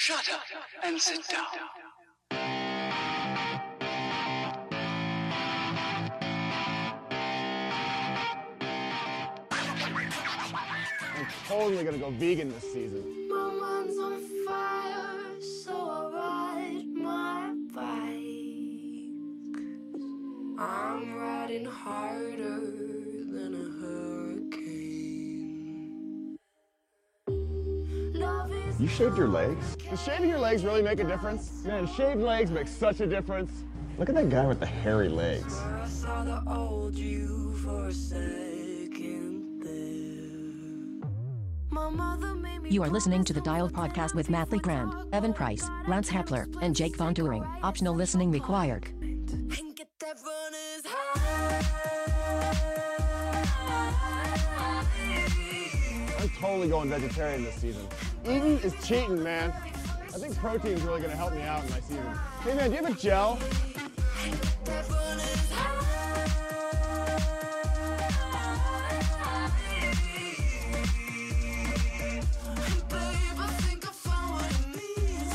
Shut up and sit down. I'm totally gonna go vegan this season. My mind's on fire, so I ride my bike. I'm riding harder than a hurricane. Love is You shaved your legs? Does shaving your legs really make a difference? Man, shaved legs make such a difference. Look at that guy with the hairy legs. where I saw the old you for a second there. My mother made me You are listening to the Dialed Podcast with Matt Lee Grand, Evan Price, Lance Hepler, and Jake Von Turing. Optional listening required. and get that runner's high. I'm totally going vegetarian this season. Eating is cheating, man. I think protein's really gonna help me out in my season. Hey man, do you have a gel? That runner's high. And babe, I think I found what it means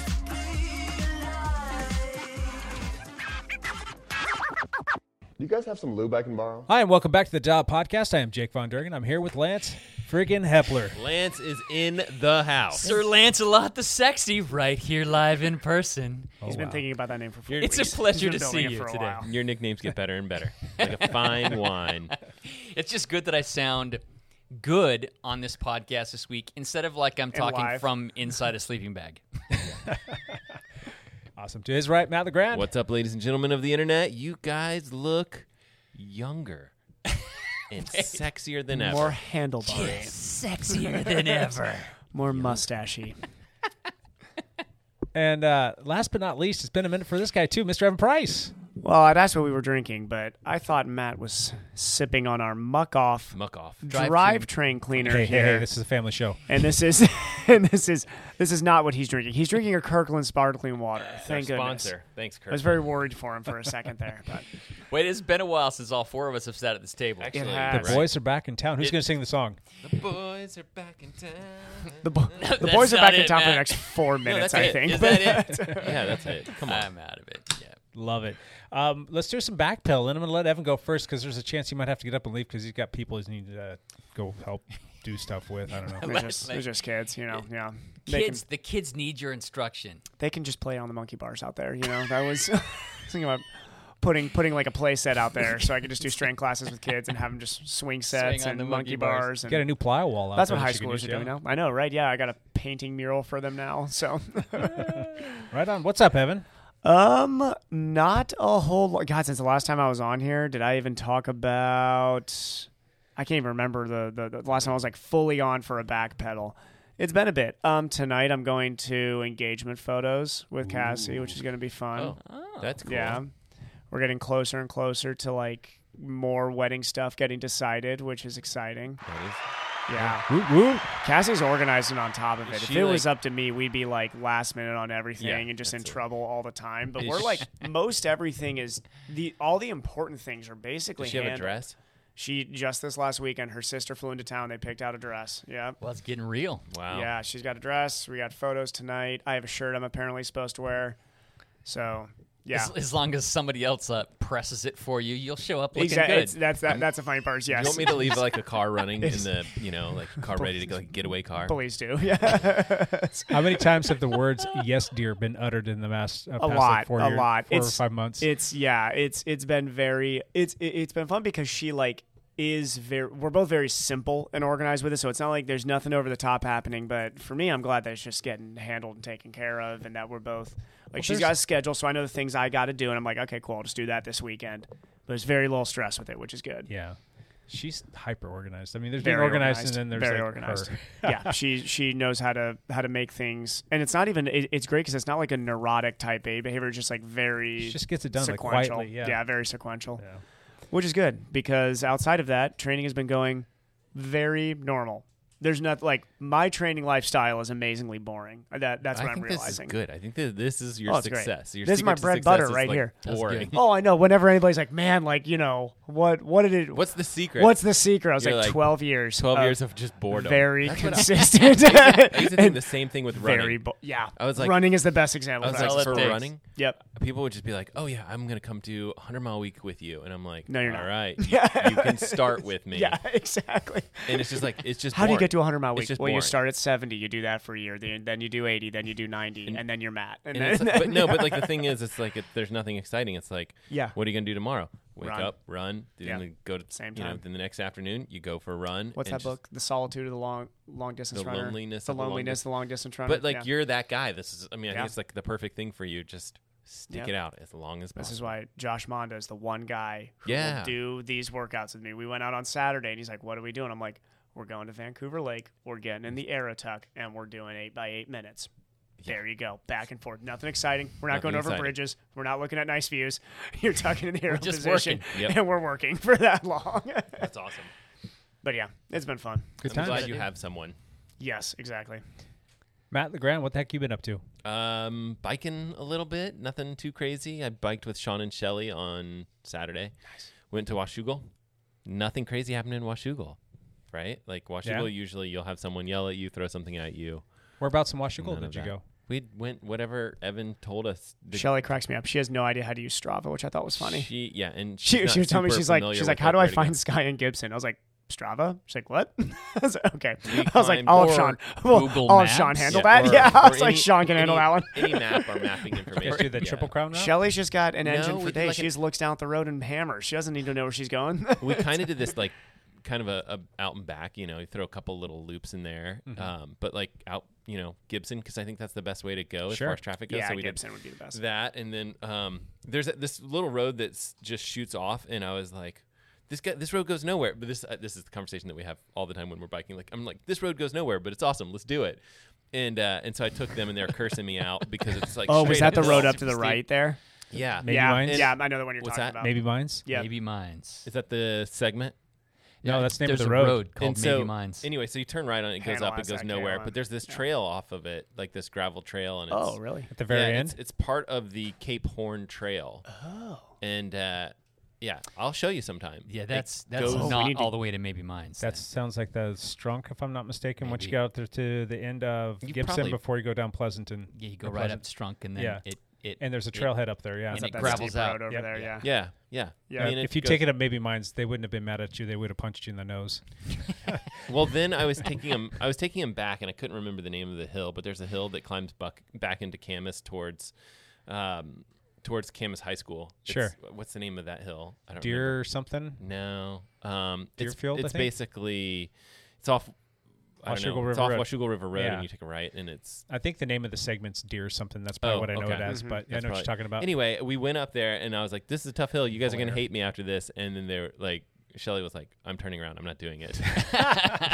to be alive. Do you guys have some lube I can borrow? Hi, and welcome back to the Dial Podcast. I am Jake Von Durgan. I'm here with Lance Friggin' Hepler. Lance is in the house. Sir Lancelot the Sexy, right here live in person. He's been thinking about that name for four It's a weeks. pleasure to He's been building see it you for a today. while. Your nicknames get better and better, like a fine wine. It's just good that I sound good on this podcast this week instead of like I'm talking live. from inside a sleeping bag. Awesome. To his right, Matt LeGrand. What's up, ladies and gentlemen of the internet? You guys look younger and sexier than ever. More handlebar, Sexier than ever. more mustachy. And uh, last but not least, it's been a minute for this guy, too, Mr. Evan Price. Well, that's what we were drinking, but I thought Matt was sipping on our muck off Muck off. Drive-through. drivetrain cleaner Hey, hey, here. hey, this is a family show. and this is and this is this is not what he's drinking. He's drinking a Kirkland sparkling water. Thank Our goodness. sponsor. Thanks, I Kurt. was very worried for him for a second there, but Wait, it's been a while since all four of us have sat at this table. Actually, It you're The has. right. boys are back in town. Who's It- going to sing the song? The boys are back in town. the, bo- the That's boys are not back in it, town for the Matt. next four Oh, No, minutes. that's I it. think. Is but that it? yeah, that's it. Come on. I'm out of it. Yeah. Love it. Um, let's do some backpedal, and I'm going to let Evan go first because there's a chance he might have to get up and leave because he's got people he's need to uh, go help do stuff with. I don't know. they're just, they're just kids, you know. Yeah, they can, Kids, the kids need your instruction. they can just play on the monkey bars out there. You know, that was I was thinking about putting putting like a play set out there so I could just do string classes with kids and have them just swing sets on and the monkey monkey bars. bars. and- Get a new ply wall out that's there what that high you can schoolers use, are doing yeah. now. I know, right? Yeah, I got a painting mural for them now. So, Right on. What's up, Evan? um, not a whole lot. God, since the last time I was on here, did I even talk about? I can't even remember the the, the last time I was like fully on for a back pedal. It's been a bit. Um, tonight I'm going to engagement photos with Cassie, which is going to be fun. Oh, that's cool. Yeah. We're getting closer and closer to like more wedding stuff getting decided, which is exciting. That is- Yeah. Woot, woot. Cassie's organized and on top of it. If she, it was like- up to me, we'd be like last minute on everything Yeah, and just in that's it. trouble all the time. But Is we're she- like most everything is the all the important things are basically Does she have a handled. dress? She just this last weekend her sister flew into town, they picked out a dress. Yeah. Well, it's getting real. Wow. Yeah, she's got a dress. We got photos tonight. I have a shirt I'm apparently supposed to wear. So yeah. As, as long as somebody else uh, presses it for you, you'll show up looking Exactly. good. It's, that's that, that's the funny part. Is yes. You want me to leave like a car running in the, you know, like a car ready to go, like a getaway car? Please do. Yeah. How many times have the words "yes, dear" been uttered in the mass uh, a past, lot, like, four a year- lot. four it's, or five months? It's yeah. It's it's been very. It's it, it's been fun because she like is very. We're both very simple and organized with it, so it's not like there's nothing over the top happening. But for me, I'm glad that it's just getting handled and taken care of, and that we're both like she's got a schedule, so I know the things I got to do, and I'm like, okay, cool, I'll just do that this weekend. But it's very little stress with it, which is good. yeah, she's hyper organized. I mean, there's Very being organized, organized, and then there's very like, organized. her. yeah, she she knows how to how to make things, and it's not even it, it's great because it's not like a neurotic type A behavior. It's just like very She just gets it done, like, sequential. quietly, yeah. very sequential, Yeah. which is good because outside of that, training has been going very normal, there's nothing like my training lifestyle is amazingly boring. Uh, That that's what I am think realizing. this is good. I think that this is your Oh, it's great. success. Your This is my secret to bread and success butter is, right like, here. That's Boring. Oh, I know. Whenever anybody's like, "Man, like you know what? What did it? What's the secret? what's the secret?" I was You're like, like, "12 years. Twelve years of just boredom. Uh, very That's what I- consistent. I used to think the same thing with running. very bo- yeah. I was like- running is the best example. I was of that. like, for Elliptics. running, yep. people would just be like, "Oh yeah, I'm gonna come to 100 mile week with you," and I'm like, No, you're not. "All right, you- you can start with me." Yeah, exactly. And it's just like it's just. How do you boring. get to 100 mile It's week? just Well, you boring. start at 70, you do that for a year, then then you do 80, then you do 90, and, then you're Matt. And, And then, it's like- but no, but like the thing is, it's like it, there's nothing exciting. It's like, Yeah. what are you gonna do tomorrow? Wake Run. up, run, then Yeah. you go to Same You know, time. then the next afternoon you go for a run. what's and just- that book? The Solitude of the Long Long Distance The Runner. Loneliness the of the Long loneliness, Dis- the long distance runner. But like Yeah. you're that guy. This is. I mean, I Yeah. think it's like the perfect thing for you. Just stick Yep. it out as long as possible. This is why Josh Monda is the one guy who Yeah. will do these workouts with me. We went out on Saturday and he's like, What are we doing? I'm like, We're going to Vancouver Lake, we're getting in the Aerotuck, and we're doing eight by eight minutes. There you go. Back and forth. Nothing exciting. We're not Nothing going over exciting. bridges. We're not looking at nice views. You're tucking in the arrow just position, working. Yep. and we're working for that long. That's awesome. but yeah, it's been fun. Good I'm times. glad you have someone. Yes, exactly. Matt LeGrand, what the heck you been up to? Um, biking a little bit, nothing too crazy. I biked with Sean and Shelly on Saturday. Went to Washougal. Nothing crazy happened in Washougal, right? Like Yeah. Washougal, usually you'll have someone yell at you, throw something at you. Whereabouts in Washington None of did you that. go? We went whatever Evan told us. The- Shelly cracks me up. She has no idea how to use Strava, which I thought was funny. She, yeah, and she, she's she not was telling me super she's like familiar she's with, like how do I where to find go. Sky and Gibson? I was like Strava. She's like what? I was like, okay. We I was like climbed- I'll have or Sean. Well, Google I'll have Sean Maps. handle Yeah, that. or- yeah, I or was like any- Sean can handle any- that one. Any map or mapping You guys information. do the Yeah. Triple Crown route? Shelly's just got an No, engine we for did days. like she an- just looks down at the road and hammers. She doesn't need to know where she's going. we kind of did this like kind of a, a out and back you know you throw a couple little loops in there Mm-hmm. um, but like out you know gibson because i think that's the best way to go as Sure. far as traffic goes yeah, so we Gibson did would be the best. that and then um, there's a, this little road that's just shoots off and i was like this guy, this road goes nowhere. But this, uh, this is the conversation that we have all the time when we're biking. Like, I'm like, this road goes nowhere, but it's awesome. Let's do it. And uh, and so I took them, and they're cursing me out because it's like, Oh, was straight that the this road up to the super right steep- there? Yeah, Maybe yeah, mine's- yeah, I know the one you're What's talking that? about. Maybe Mines? Yeah. Maybe Mines. is that the segment? No, that's the name of There's the a road. called and Maybe so, Mines. Anyway, so you turn right on it, it goes up, Analyze it goes that, nowhere. KLM. But there's this trail off of it, like this gravel trail, and it's, Oh, really? At the very yeah, end? It's, it's part of the Cape Horn Trail. Oh, and uh, yeah, I'll show you sometime. yeah, It that's that's goes- not all the way to Maybe Mines. that That's sounds like the Strunk, if I'm not mistaken. Once you Maybe. get out there to the end of You Gibson probably- before you go down Pleasanton. yeah, you go Or right Pleasant. up Strunk and then Yeah. it it And there's a trailhead up there, yeah. And It's up it that gravels steep out. road over Yep. there. Yeah. yeah, yeah. Yeah. Uh, mean, if you goes- take it at maybe mines, they wouldn't have been mad at you. They would have punched you in the nose. well, then I was taking him. I was taking him back, and I couldn't remember the name of the hill. But there's a hill that climbs buck, back into Camas towards, um, towards Camas High School. It's- What's the name of that hill? I don't remember. Deer or something. No. Um, Deerfield, I It's, it's think? basically it's off. I don't Washougal know, it's River off Road. Washougal River Road, Yeah. and you take a right, and it's. I think the name of the segment's deer or something. That's probably Oh, what I know okay. it as. But I know what you're probably- talking about. Anyway, we went up there, and I was like, "This is a tough hill. You guys are gonna hate me after this." And then they were like, Shelly was like, "I'm turning around. I'm not doing it."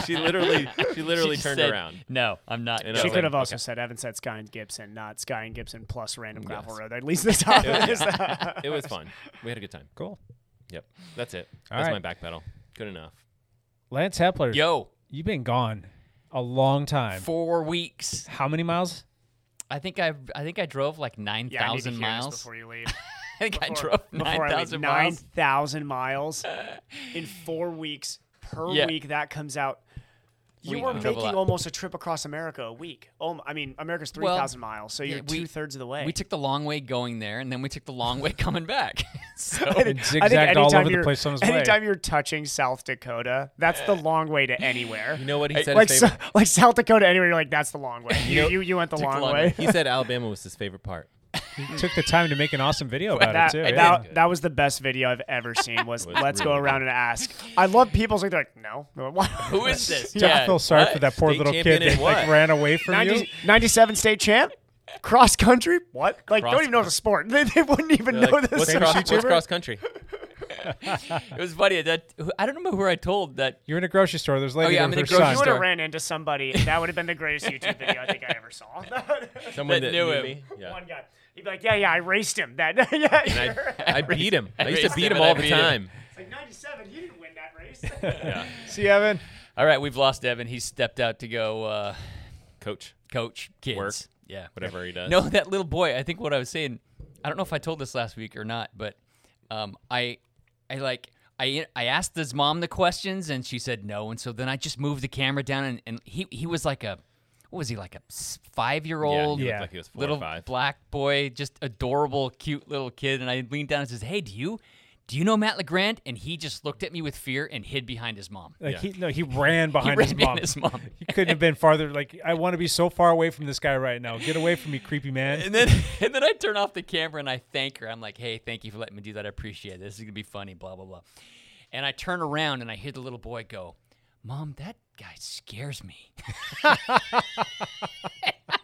she literally, she literally She turned said, around. No, I'm not. And I going." She was could like, have also okay. said Evan said Sky and Gibson, not Sky and Gibson plus random gravel Yes. road. At least this time. It was, yeah. It was fun. We had a good time. cool. Yep, that's it. All that's right. my back pedal. Good enough. Lance Hepler, Yo, you've been gone a long time. four weeks. How many miles? I think I I think I drove like nine Yeah, I need to thousand hear this miles. before you leave. I think I before- drove before I nine leave. thousand miles. 9,000 miles in four weeks per Yeah. week. That comes out. You We were travel a making lot. almost a trip across America a week. Oh, m- I mean, America's three Well, thousand miles, so yeah, you're we- two thirds of the way. We took the long way going there, and then we took the long way coming back. so I think zigzagged all anytime over the you're- place on his way. Anytime you're touching South Dakota, that's the long way to anywhere. You know what he said? like his so, favorite, like South Dakota, anywhere you're like that's the long way. You you, you went the took long, way. he said Alabama was his favorite part. You took the time to make an awesome video about that, it too. that, yeah. that was the best video I've ever seen. Was Was let's go really around and ask. I love people's like they're like no, who is this? Yeah, I Yeah. feel sorry what? for that poor State little kid champion in that like, what? ran away from 90, you. 97 state champ, cross country. What? Like Cross- don't even know the sport. They, they wouldn't even They're know like, this. what's, is cross, a what's YouTuber." cross country? It was funny that I don't remember who I told that. You're in a grocery store. There's a lady yeah, there I'm in with a her grocery son. You would have store. ran into somebody. That would have been the greatest YouTube video I think I ever saw. Someone That that, knew knew him. me. Yeah. One guy. He'd be like, yeah, yeah, I raced him. That yeah. And you're- I, I beat him. I used to raced beat him him and I all the beat him. time. It's like 97. You didn't win that race. See, Evan. All right, we've lost Evan. He's stepped out to go uh, Coach, coach kids. Work. Yeah. whatever he does. No, that little boy. I think what I was saying. I don't know if I told this last week or not, but um, I, I like. I, I asked his mom the questions and she said no and so then I just moved the camera down and, and he he was like a what was he like a five year yeah, he old looked Yeah. like he was four little or five. black boy, just adorable, cute little kid. And I leaned down and says, "Hey, do you, do you know Matt Legrand?" And he just looked at me with fear and hid behind his mom. Like Yeah. he no, he ran behind ran his, behind mom. his mom. He couldn't have been farther. Like I want to be so far away from this guy right now. Get away from me, creepy man. And then, and then I turn off the camera and I thank her. I'm like, "Hey, thank you for letting me do that. I appreciate it. This is gonna be funny." Blah blah blah. And I turn around and I hear the little boy go, "Mom, that guy scares me." I'm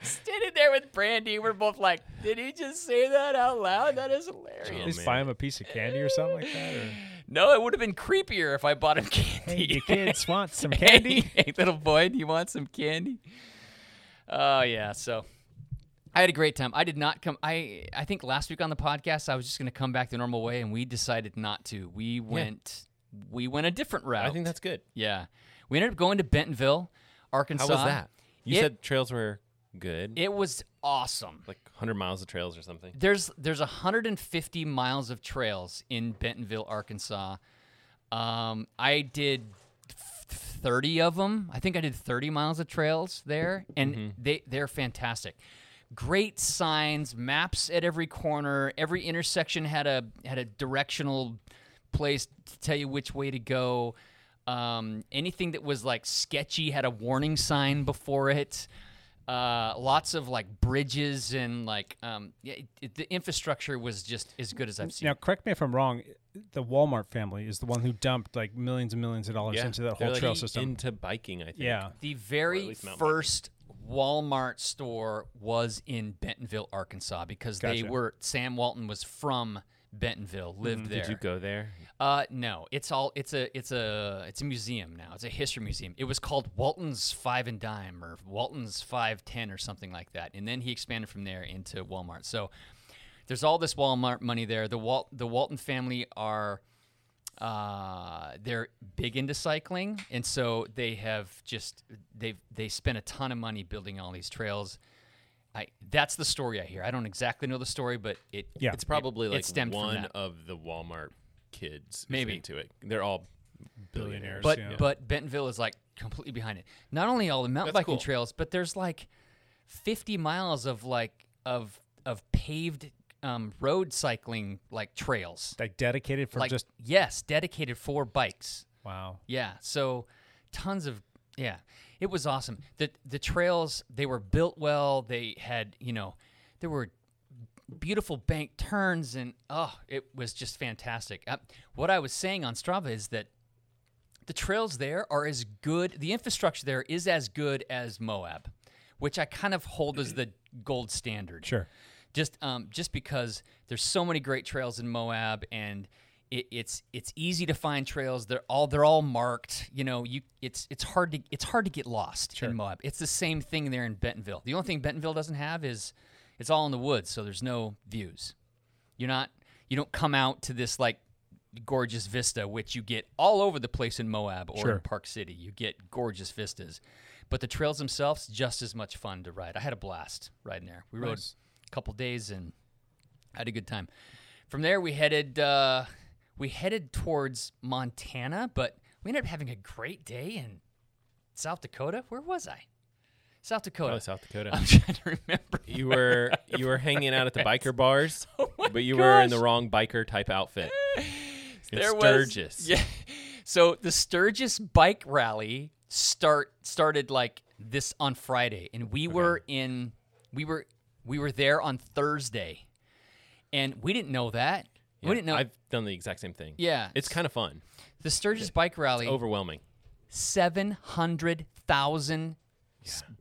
Standing there with Brandy, we're both like, "Did he just say that out loud? That is At hilarious." least buy him a piece of candy or something like that. Or, No, it would have been creepier if I bought him candy. hey, you kids want some Hey, candy? hey, little boy, do you want some candy? Oh yeah, so I had a great time. I did not come I I think last week on the podcast I was just going to come back the normal way and we decided not to. We went we went a different route. I think that's good. Yeah. We ended up going to Bentonville, How Arkansas. was that? You It- said trails were good. It was awesome. like 100 miles of trails or something. There's there's 150 miles of trails in Bentonville, Arkansas. Um, I did f- 30 of them. I think I did 30 miles of trails there, and they they're fantastic. Great signs, maps at every corner. Every intersection had a had a directional place to tell you which way to go. Um, anything that was like sketchy had a warning sign before it uh, lots of like bridges and like um, yeah, it, it- the infrastructure was just as good as I've seen. Now, correct me if I'm wrong. The Walmart family is the one who dumped like millions and millions of dollars into that they're, whole like, trail system. Into biking, I think. yeah, the very least mountain biking. first Walmart store was in Bentonville, Arkansas, because they Gotcha. were Sam Walton was from Bentonville, lived there. Mm-hmm. Did you go there? Uh, no, it's all it's a it's a it's a museum now. It's a history museum. It was called Walton's Five and Dime or Walton's Five Ten or something like that. And then he expanded from there into Walmart. So there's all this Walmart money there. The Wal- the Walton family are uh, they're big into cycling, and so they have just they've they spent a ton of money building all these trails. I that's the story I hear. I don't exactly know the story, but it Yeah. It's probably It- it like stemmed from one that. of the Walmart kids Maybe. to it. They're all billionaires. But yeah. but Bentonville is like completely behind it. Not only all the mountain That's biking cool. trails, but there's like 50 miles of like of of paved um, road cycling like trails. like dedicated for Like just yes, dedicated for bikes. wow. Yeah. So tons of yeah. It was awesome. The the trails they were built well. They had, you know, there were beautiful bank turns and oh, it was just fantastic. Uh, what I was saying on Strava is that the trails there are as good, the infrastructure there is as good as Moab, which I kind of hold as the gold standard Sure. just um, just because there's so many great trails in Moab and it, it's it's easy to find trails. They're all they're all marked. You know, you it's it's hard to it's hard to get lost in Moab. It's the same thing there in Bentonville. The only thing Bentonville doesn't have is it's all in the woods, so there's no views. You're not you don't come out to this like gorgeous vista which you get all over the place in Moab or in Park City. You get gorgeous vistas. But the trails themselves just as much fun to ride. I had a blast riding there. We rode a couple days and I had a good time. From there we headed uh, we headed towards Montana, but we ended up having a great day in South Dakota. Where was I? South Dakota. Oh, South Dakota. I'm trying to remember. you were you were hanging out at the biker bars, Oh my but you were in the gosh. wrong biker type outfit. In There was- Sturgis. yeah. So the Sturgis bike rally start started like this on Friday, and we were in we were we were there on Thursday, and we didn't know that. Yeah, we didn't know I've done the exact same thing. Yeah. It's kind of fun. the Sturgis bike rally. Overwhelming. seven hundred thousand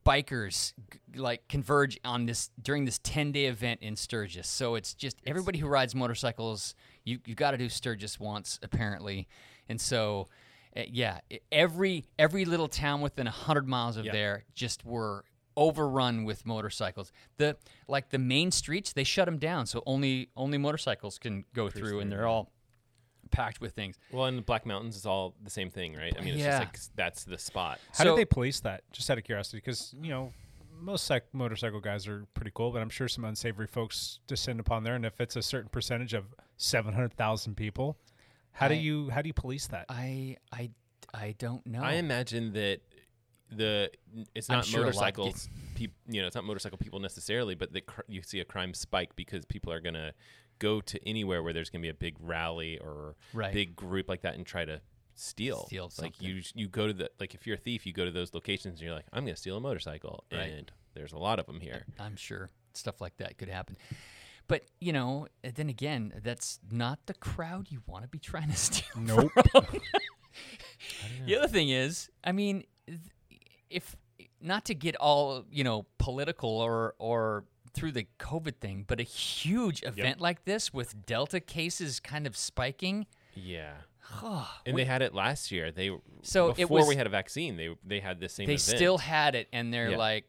bikers g- like converge on this during this ten day event in Sturgis. So it's just everybody who rides motorcycles. You you got to do Sturgis once apparently, and so. uh, Yeah, e- every every little town within hundred miles of there just were overrun with motorcycles. The like the main streets they shut them down, so only only motorcycles can go through, and they're all packed with things. Well, in the Black Mountains, it's all the same thing, right? I mean, it's Yeah. just like s- that's the spot. How did So- they police that? Just out of curiosity, because you know most psych- motorcycle guys are pretty cool, but I'm sure some unsavory folks descend upon there. And if it's a certain percentage of 700,000 people, how do I- you how do you police that? I I I don't know. I imagine that the it's I'm not sure a lot get- motorcycles, peop, you know, it's not motorcycle people necessarily, but the, cr- you see a crime spike because people are gonna go to anywhere where there's gonna be a big rally or Right. big group like that and try to steal. Steal like something. you you go to the like if you're a thief, you go to those locations and you're like, I'm gonna steal a motorcycle, Right. and there's a lot of them here. I'm sure stuff like that could happen. But you know, then again, that's not the crowd you want to be trying to steal. Nope. The other thing is, I mean, th- if not to get all you know political or or through the COVID thing, but a huge event like this with Delta cases kind of spiking, Yeah. and they had it last year. They So it before was- we had a vaccine, they they had the same. they event. still had it, and they're Yeah. like,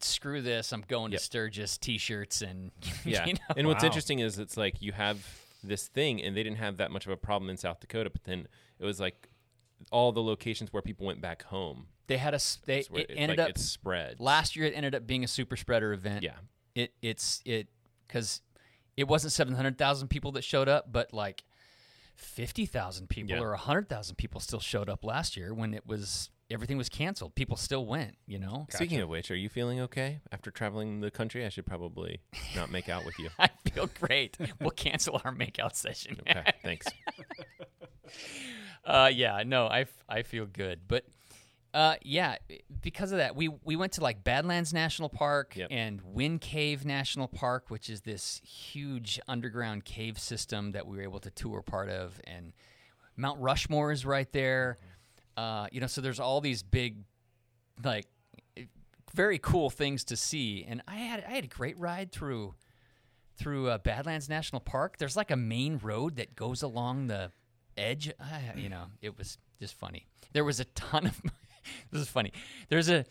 "Screw this! I'm going Yep. to Sturgis T-shirts and Yeah. you know? And what's Wow. interesting is it's like you have this thing, and they didn't have that much of a problem in South Dakota, but then it was like all the locations where people went back home. they had a s- they It's where it ended like up it spread. last year it ended up being a super spreader event. Yeah. It it's it because it wasn't seven hundred thousand people that showed up, but like fifty thousand people Yeah. or hundred thousand people still showed up last year when it was everything was canceled. People still went, you know. Speaking of which, are you feeling okay after traveling the country? I should probably not make out with you. I feel great. we'll cancel our makeout session. Okay, thanks. Uh, yeah, no, I, f- I feel good, but uh, yeah, because of that, we we went to like Badlands National Park Yep. and Wind Cave National Park, which is this huge underground cave system that we were able to tour part of, and Mount Rushmore is right there. Uh, you know, so there's all these big, like, very cool things to see, and I had I had a great ride through through uh, Badlands National Park. There's like a main road that goes along the edge. I, you know, it was just funny. There was a ton of this is funny. There's a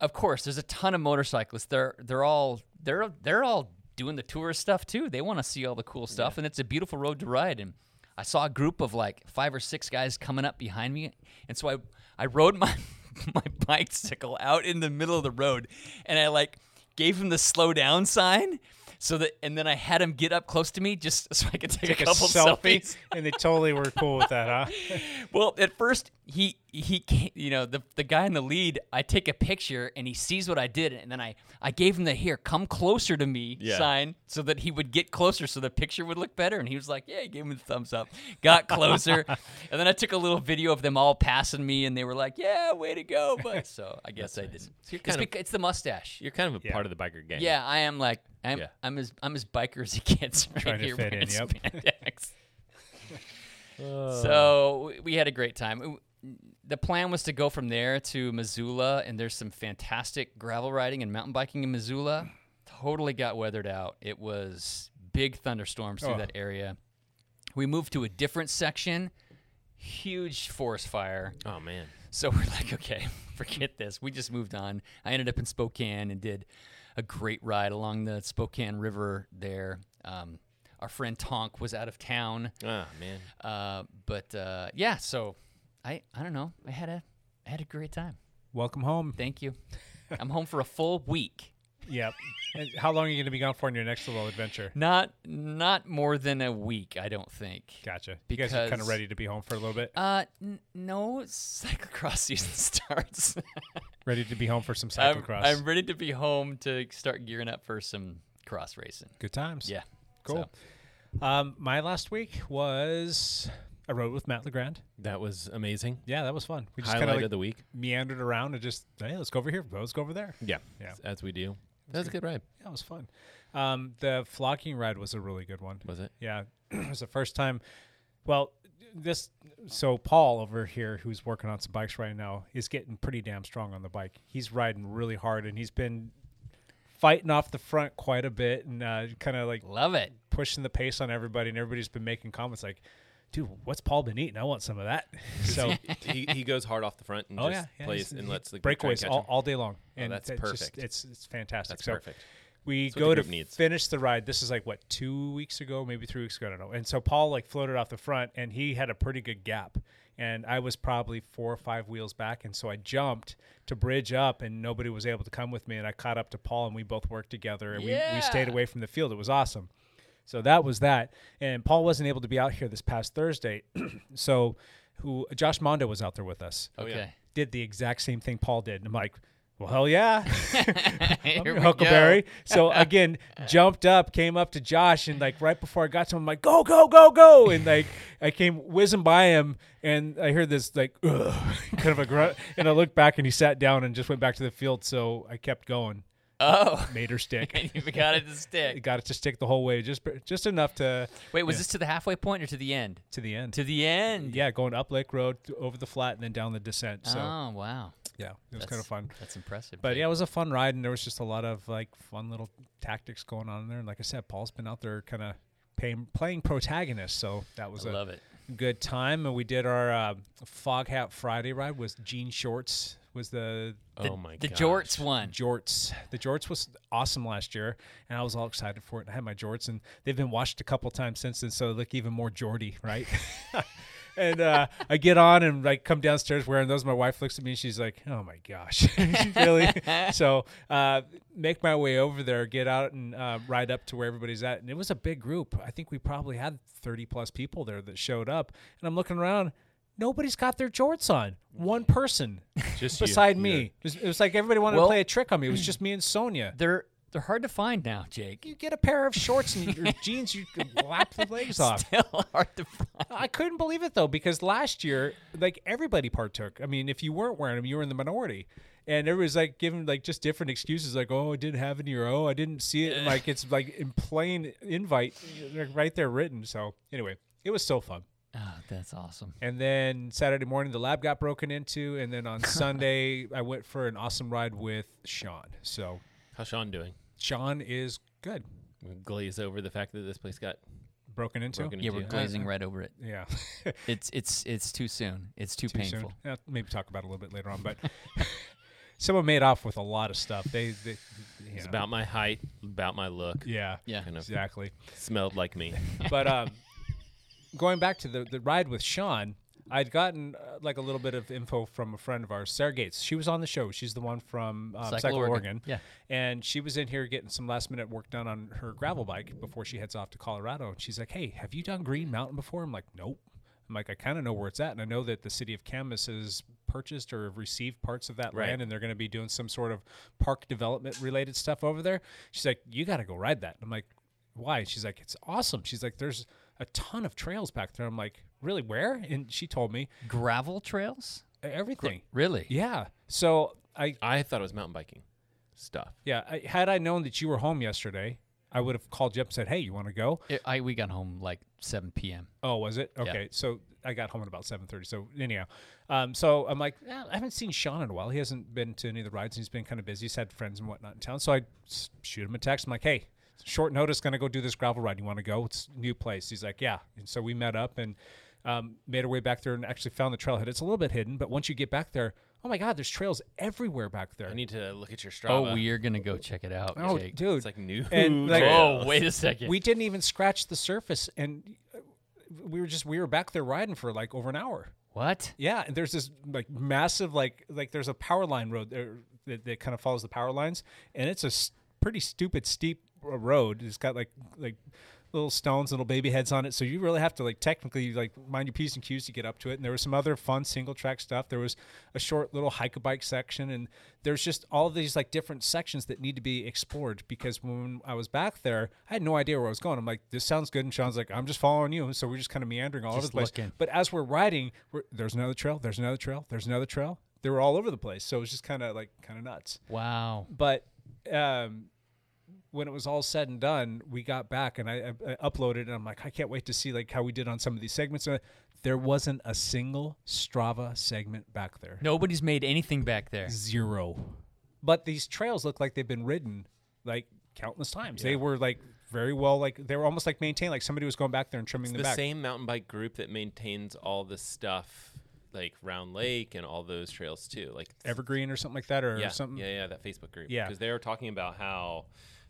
of course there's a ton of motorcyclists. They're they're all they're they're all doing the tourist stuff too. They want to see all the cool stuff, and it's a beautiful road to ride. And I saw a group of like five or six guys coming up behind me, and so I I rode my my bicycle out in the middle of the road, and I like gave him the slow down sign. So that, and then I had him get up close to me just so I could take, a couple selfies. and they totally were cool with that, huh? Well, at first he he ca- you know the the guy in the lead. I take a picture and he sees what I did, and then I I gave him the here come closer to me Yeah. sign so that he would get closer, so the picture would look better. And he was like, yeah, he gave me the thumbs up, got closer, and then I took a little video of them all passing me, and they were like, yeah, way to go, but so I guess I didn't. it's, kind of- beca- it's the mustache. You're kind of a part of the biker gang. Yeah, I am like I'm Yeah. I'm as I'm as biker as he gets right Trying to here fit wearing in, yep. spandex. so w- we had a great time. W- The plan was to go from there to Missoula, and there's some fantastic gravel riding and mountain biking in Missoula. Totally got weathered out. It was big thunderstorms through Oh. that area. We moved to a different section, huge forest fire. Oh man. So we're like, okay, forget this. We just moved on. I ended up in Spokane and did a great ride along the Spokane River there. Um, our friend Tonk was out of town, Oh man. uh, but uh, yeah. So I I don't know. I had a I had a great time. Welcome home. Thank you. I'm home for a full week. Yep. And how long are you going to be gone for in your next little adventure? Not not more than a week, I don't think. Gotcha. You guys are kind Because- of ready to be home for a little bit. Uh, n- no, cyclocross season starts. ready to be home for some I'm, cyclocross. I'm ready to be home to start gearing up for some cross racing. Good times. Yeah. Cool. Um, my last week was I rode with Matt Legrand. That was amazing. Yeah, that was fun. We just Highlight kind of like of the week. meandered around and just hey, let's go over here, let's go over there. Yeah. Yeah. As we do. That was a good ride. That was fun. Um, the flocking ride was a really good one. Was it? Yeah, it was the first time. Well, this so Paul over here, who's working on some bikes right now, is getting pretty damn strong on the bike. He's riding really hard, and he's been fighting off the front quite a bit, and uh, kind of like Love it. pushing the pace on everybody. And everybody's been making comments like, "Dude, what's Paul been eating? I want some of that." So. he, he goes hard off the front and Oh just yeah, yeah, plays he's- and he- lets the guy breakaways catch all, him. all day long. And that's that just- perfect. it's it's fantastic. That's so perfect. we what the go to group needs. finish the ride. This is like what two weeks ago, maybe three weeks ago, I don't know. And so Paul like floated off the front, and he had a pretty good gap, and I was probably four or five wheels back, and so I jumped to bridge up, and nobody was able to come with me, and I caught up to Paul, and we both worked together, and we, we stayed away from the field. It was awesome. So that was that. And Paul wasn't able to be out here this past Thursday, so who Josh Mondo was out there with us Oh, Okay. did the exact same thing Paul did. And I'm like, well, hell yeah. I'm Here your we Huckleberry. So again, jumped up, came up to Josh, and like right before I got to him, I'm like, go, go, go, go. And like I came whizzing by him and I heard this like Ugh, kind of a grunt. And I looked back and he sat down and just went back to the field. So I kept going. Oh, Made her and stick. you got it to stick. Got it to stick the whole way, just just enough to Wait, was this to the halfway point or to the end? to the end. To the end. yeah, going up Lake Road, th- over the flat, and then down the descent. So oh wow. yeah, it was That's kind of fun. That's impressive. But Jake. yeah, it was a fun ride, and there was just a lot of like fun little tactics going on in there. And like I said, Paul's been out there kind of paying, playing protagonist, so that was I a love it. good time. And we did our uh, Fog Hat Friday ride with Jean Shorts. Was the oh my The god. jorts one. jorts? The jorts was awesome last year, and I was all excited for it. And I had my jorts, and they've been washed a couple times since then, so they look even more jorty, right? and uh, I get on and like come downstairs wearing those. My wife looks at me and she's like, "Oh my gosh, really?" so uh, make my way over there, get out and uh, ride up to where everybody's at, and it was a big group. I think we probably had thirty plus people there that showed up, and I'm looking around. Nobody's got their jorts on. One person Just you. beside me. You're- It was, it was like everybody wanted Well- to play a trick on me. It was just me and Sonia. They're they're hard to find now, Jake. You get a pair of shorts and your jeans, you lap the legs off. Still hard to find. I couldn't believe it though because last year, like everybody partook. I mean, if you weren't wearing them, you were in the minority, and everybody's like giving like just different excuses, like "Oh, I didn't have any," or "Oh, I didn't see it." And, like it's like in plain invite, like, right there written. So anyway, it was so fun. Oh, that's awesome. And then Saturday morning, the lab got broken into, and then on Sunday, I went for an awesome ride with Sean. So How's Sean doing? Sean is good. We glaze over the fact that this place got Broken into. broken Yeah, into. we're glazing right over it. Yeah. It's it's it's too soon. It's too, Too soon. painful. Yeah, maybe talk about it a little bit later on, but someone made off with a lot of stuff. They, they you It's know. about my height, about my look. yeah, Yeah. Kind of exactly. smelled like me. but um, going back to the, the ride with Sean, I'd gotten uh, like a little bit of info from a friend of ours, Sarah Gates. She was on the show. She's the one from um, Cycle Cycle, Oregon. Oregon. Yeah. And she was in here getting some last minute work done on her gravel bike before she heads off to Colorado. And she's like, "Hey, have you done Green Mountain before?" I'm like, "Nope." I'm like, "I kind of know where it's at, and I know that the city of Camas has purchased or have received parts of that Right. land, and they're going to be doing some sort of park development related stuff over there." She's like, "You got to go ride that." I'm like, why? She's like, it's awesome. She's like, there's a ton of trails back there. I'm like, really? Where? And she told me "E-, Gravel trails? everything. Really? Yeah. So I, I thought it was mountain biking stuff. yeah, I, had I known that you were home yesterday, I would have called you up and said, hey, you want to go? It- I we got home like 7 p.m. Oh, was it? Okay. So I got home at about 7.30. So anyhow, um, so I'm like, "Eh, I haven't seen Sean in a while. He hasn't been to any of the rides. and He's been kind of busy. He's had friends and whatnot in town. So I s- shoot him a text. I'm like, hey, short notice, going to go do this gravel ride. You want to go? It's a new place. He's like, yeah. And so we met up and um, made our way back there and actually found the trailhead. It's a little bit hidden, but once you get back there, oh my God, there's trails everywhere back there. I need to look at your Oh, Strava. we're going to go check it out, oh, Jake. dude. It's like new. And, like- Whoa, wait a second. we didn't even scratch the surface. And we were just, we were back there riding for like over an hour. what? Yeah, and there's this like massive like like there's a power line road there that, that kind of follows the power lines, and it's a s- pretty stupid steep uh, road. It's got like like little stones, little baby heads on it. So you really have to like technically like mind your p's and q's to get up to it. And there was some other fun single track stuff. There was a short little hike a bike section, and there's just all these like different sections that need to be explored. Because when I was back there, I had no idea where I was going. I'm like, this sounds good, and Sean's like, I'm just following you. And so we're just kind of meandering all over Just the place. looking. But as we're riding, we're, there's another trail, there's another trail, there's another trail. They were all over the place. So it was just kind of like kind of nuts. Wow. But um, when it was all said and done, we got back and I, I, I uploaded and I'm like, I can't wait to see like how we did on some of these segments. And there wasn't a single Strava segment back there. Nobody's made anything back there. Zero. But these trails look like they've been ridden like countless times. They were like very well, like they were almost like maintained. Like somebody was going back there and trimming It's them the back. same mountain bike group that maintains all the stuff like Round Lake and all those trails too. Like Evergreen or something like that, or yeah, something. Yeah, yeah, that Facebook group. Yeah. Because they were talking about how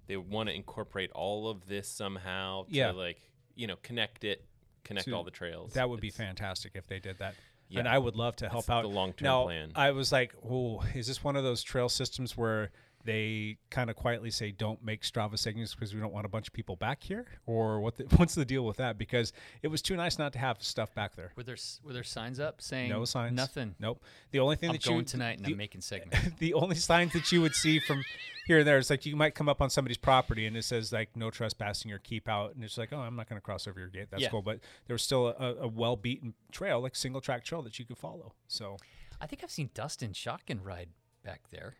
they want to incorporate all of this somehow to Yeah. like you know connect it, connect to- all the trails. That would be It's- fantastic if they did that. Yeah. And I would love to help out. the long-term Now, plan. I was like, oh, is this one of those trail systems where they kind of quietly say, don't make Strava signals because we don't want a bunch of people back here? Or what the, what's the deal with that? Because it was too nice not to have stuff back there. Were there s- were there signs up saying No signs. Nothing. Nope. The only thing I'm that going you tonight and the, I'm making segments. the only signs that you would see from here and there is like you might come up on somebody's property and it says like no trespassing or keep out and it's like oh i'm not going to cross over your gate that's Yeah. cool but there was still a, a well beaten trail like single track trail that you could follow so I think I've seen Dustin Shotgun ride back there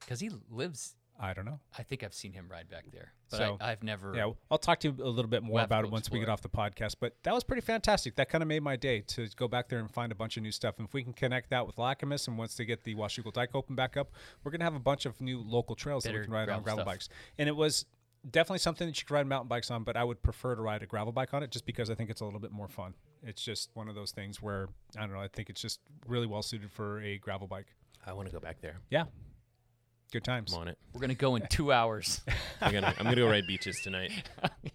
because he lives. i don't know I think I've seen him ride back there, but so I, I've never. yeah i'll talk to you a little bit more have to about go it once we get explore. off the podcast but that was pretty fantastic that kind of made my day to go back there and find a bunch of new stuff and if we can connect that with Lacamas, and once they get the washugal dike open back up we're going to have a bunch of new local trails that Better we can ride on gravel gravel stuff. bikes and it was definitely something that you could ride mountain bikes on but i would prefer to ride a gravel bike on it just because i think it's a little bit more fun it's just one of those things where i don't know i think it's just really well suited for a gravel bike I want to go back there. yeah good times I'm on it. we're gonna go in two hours. I'm gonna I'm gonna go ride beaches tonight.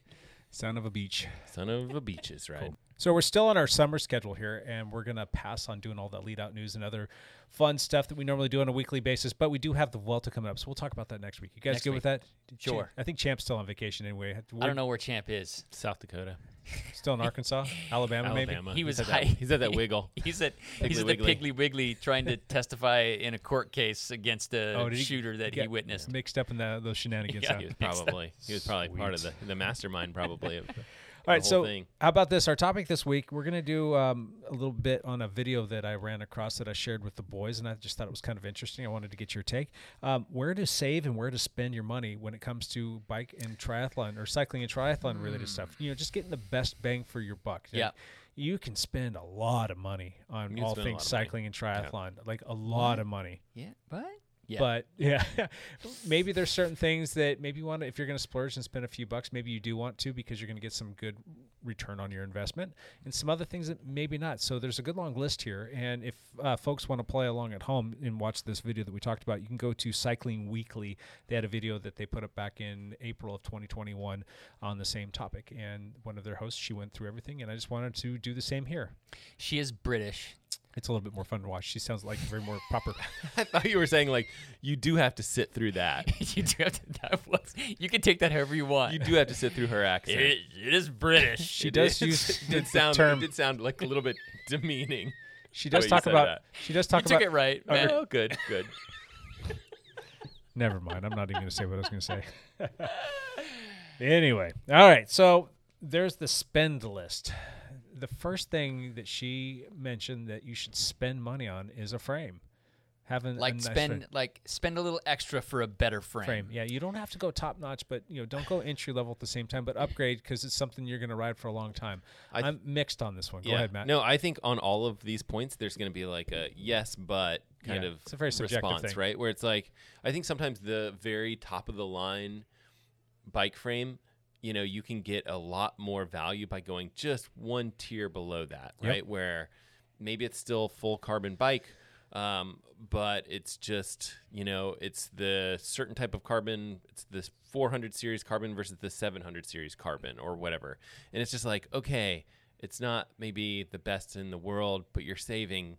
sound of a beach Son of a beaches ride. So we're still on our summer schedule here, and we're gonna pass on doing all that lead out news and other fun stuff that we normally do on a weekly basis. But we do have the Vuelta coming up, so we'll talk about that next week. You guys Next good week. with that? Sure. Champ- I think Champ's still on vacation anyway. I don't know where Champ is. South Dakota, Still in Arkansas, Alabama, Alabama. maybe. He was he's at that, high- he's at that wiggle. He's at he's at the Wiggly. Piggly Wiggly trying to testify in a court case against a Oh, did he shooter that he get witnessed. Mixed up in the, those shenanigans. Yeah. huh? He was probably he was probably part of the, the mastermind probably. Of All the, the right, whole so thing. how about this? Our topic this week, we're going to do um, a little bit on a video that I ran across that I shared with the boys, and I just thought it was kind of interesting. I wanted to get your take. Um, where to save and where to spend your money when it comes to bike and triathlon or cycling and triathlon related stuff. You know, just getting the best bang for your buck. Like, Yeah. You can spend a lot of money on You can all spend a things lot of money. cycling and triathlon, like a lot of money. Yeah, but yeah, But yeah, maybe there's certain things that maybe you want to, if you're going to splurge and spend a few bucks, maybe you do want to because you're going to get some good return on your investment and some other things that maybe not. So there's a good long list here. And if uh, folks want to play along at home and watch this video that we talked about, you can go to Cycling Weekly. They had a video that they put up back in April of 2021 on the same topic. And one of their hosts, she went through everything. And I just wanted to do the same here. she is British. It's a little bit more fun to watch. She sounds like very more proper. I thought you were saying like you do have to sit through that. you do have to, that was, you can take that however you want. You do have to sit through her accent. It- it is British. She does use it the- did the sound term- it did sound like a little bit demeaning. She does way you talk said about. that. She does talk You about. took it right. Matt. Oh, good, good. Never mind. I'm not even going to say what I was going to say. anyway, all right. So there's the spend list. The first thing that she mentioned that you should spend money on is a frame. Having like spend frame. like spend a little extra for a better frame. frame. Yeah, you don't have to go top notch, but you know, don't go entry level at the same time, but upgrade because it's something you're going to ride for a long time. I th- I'm mixed on this one. Go yeah. ahead, Matt. No, I think on all of these points, there's going to be like a yes, but kind Yeah. of It's a very subjective response, thing. right? Where it's like, I think sometimes the very top of the line bike frame, you know, you can get a lot more value by going just one tier below that, Yep. right? Where maybe it's still full carbon bike. Um, but it's just you know it's the certain type of carbon it's this 400 series carbon versus the 700 series carbon or whatever and it's just like okay it's not maybe the best in the world but you're saving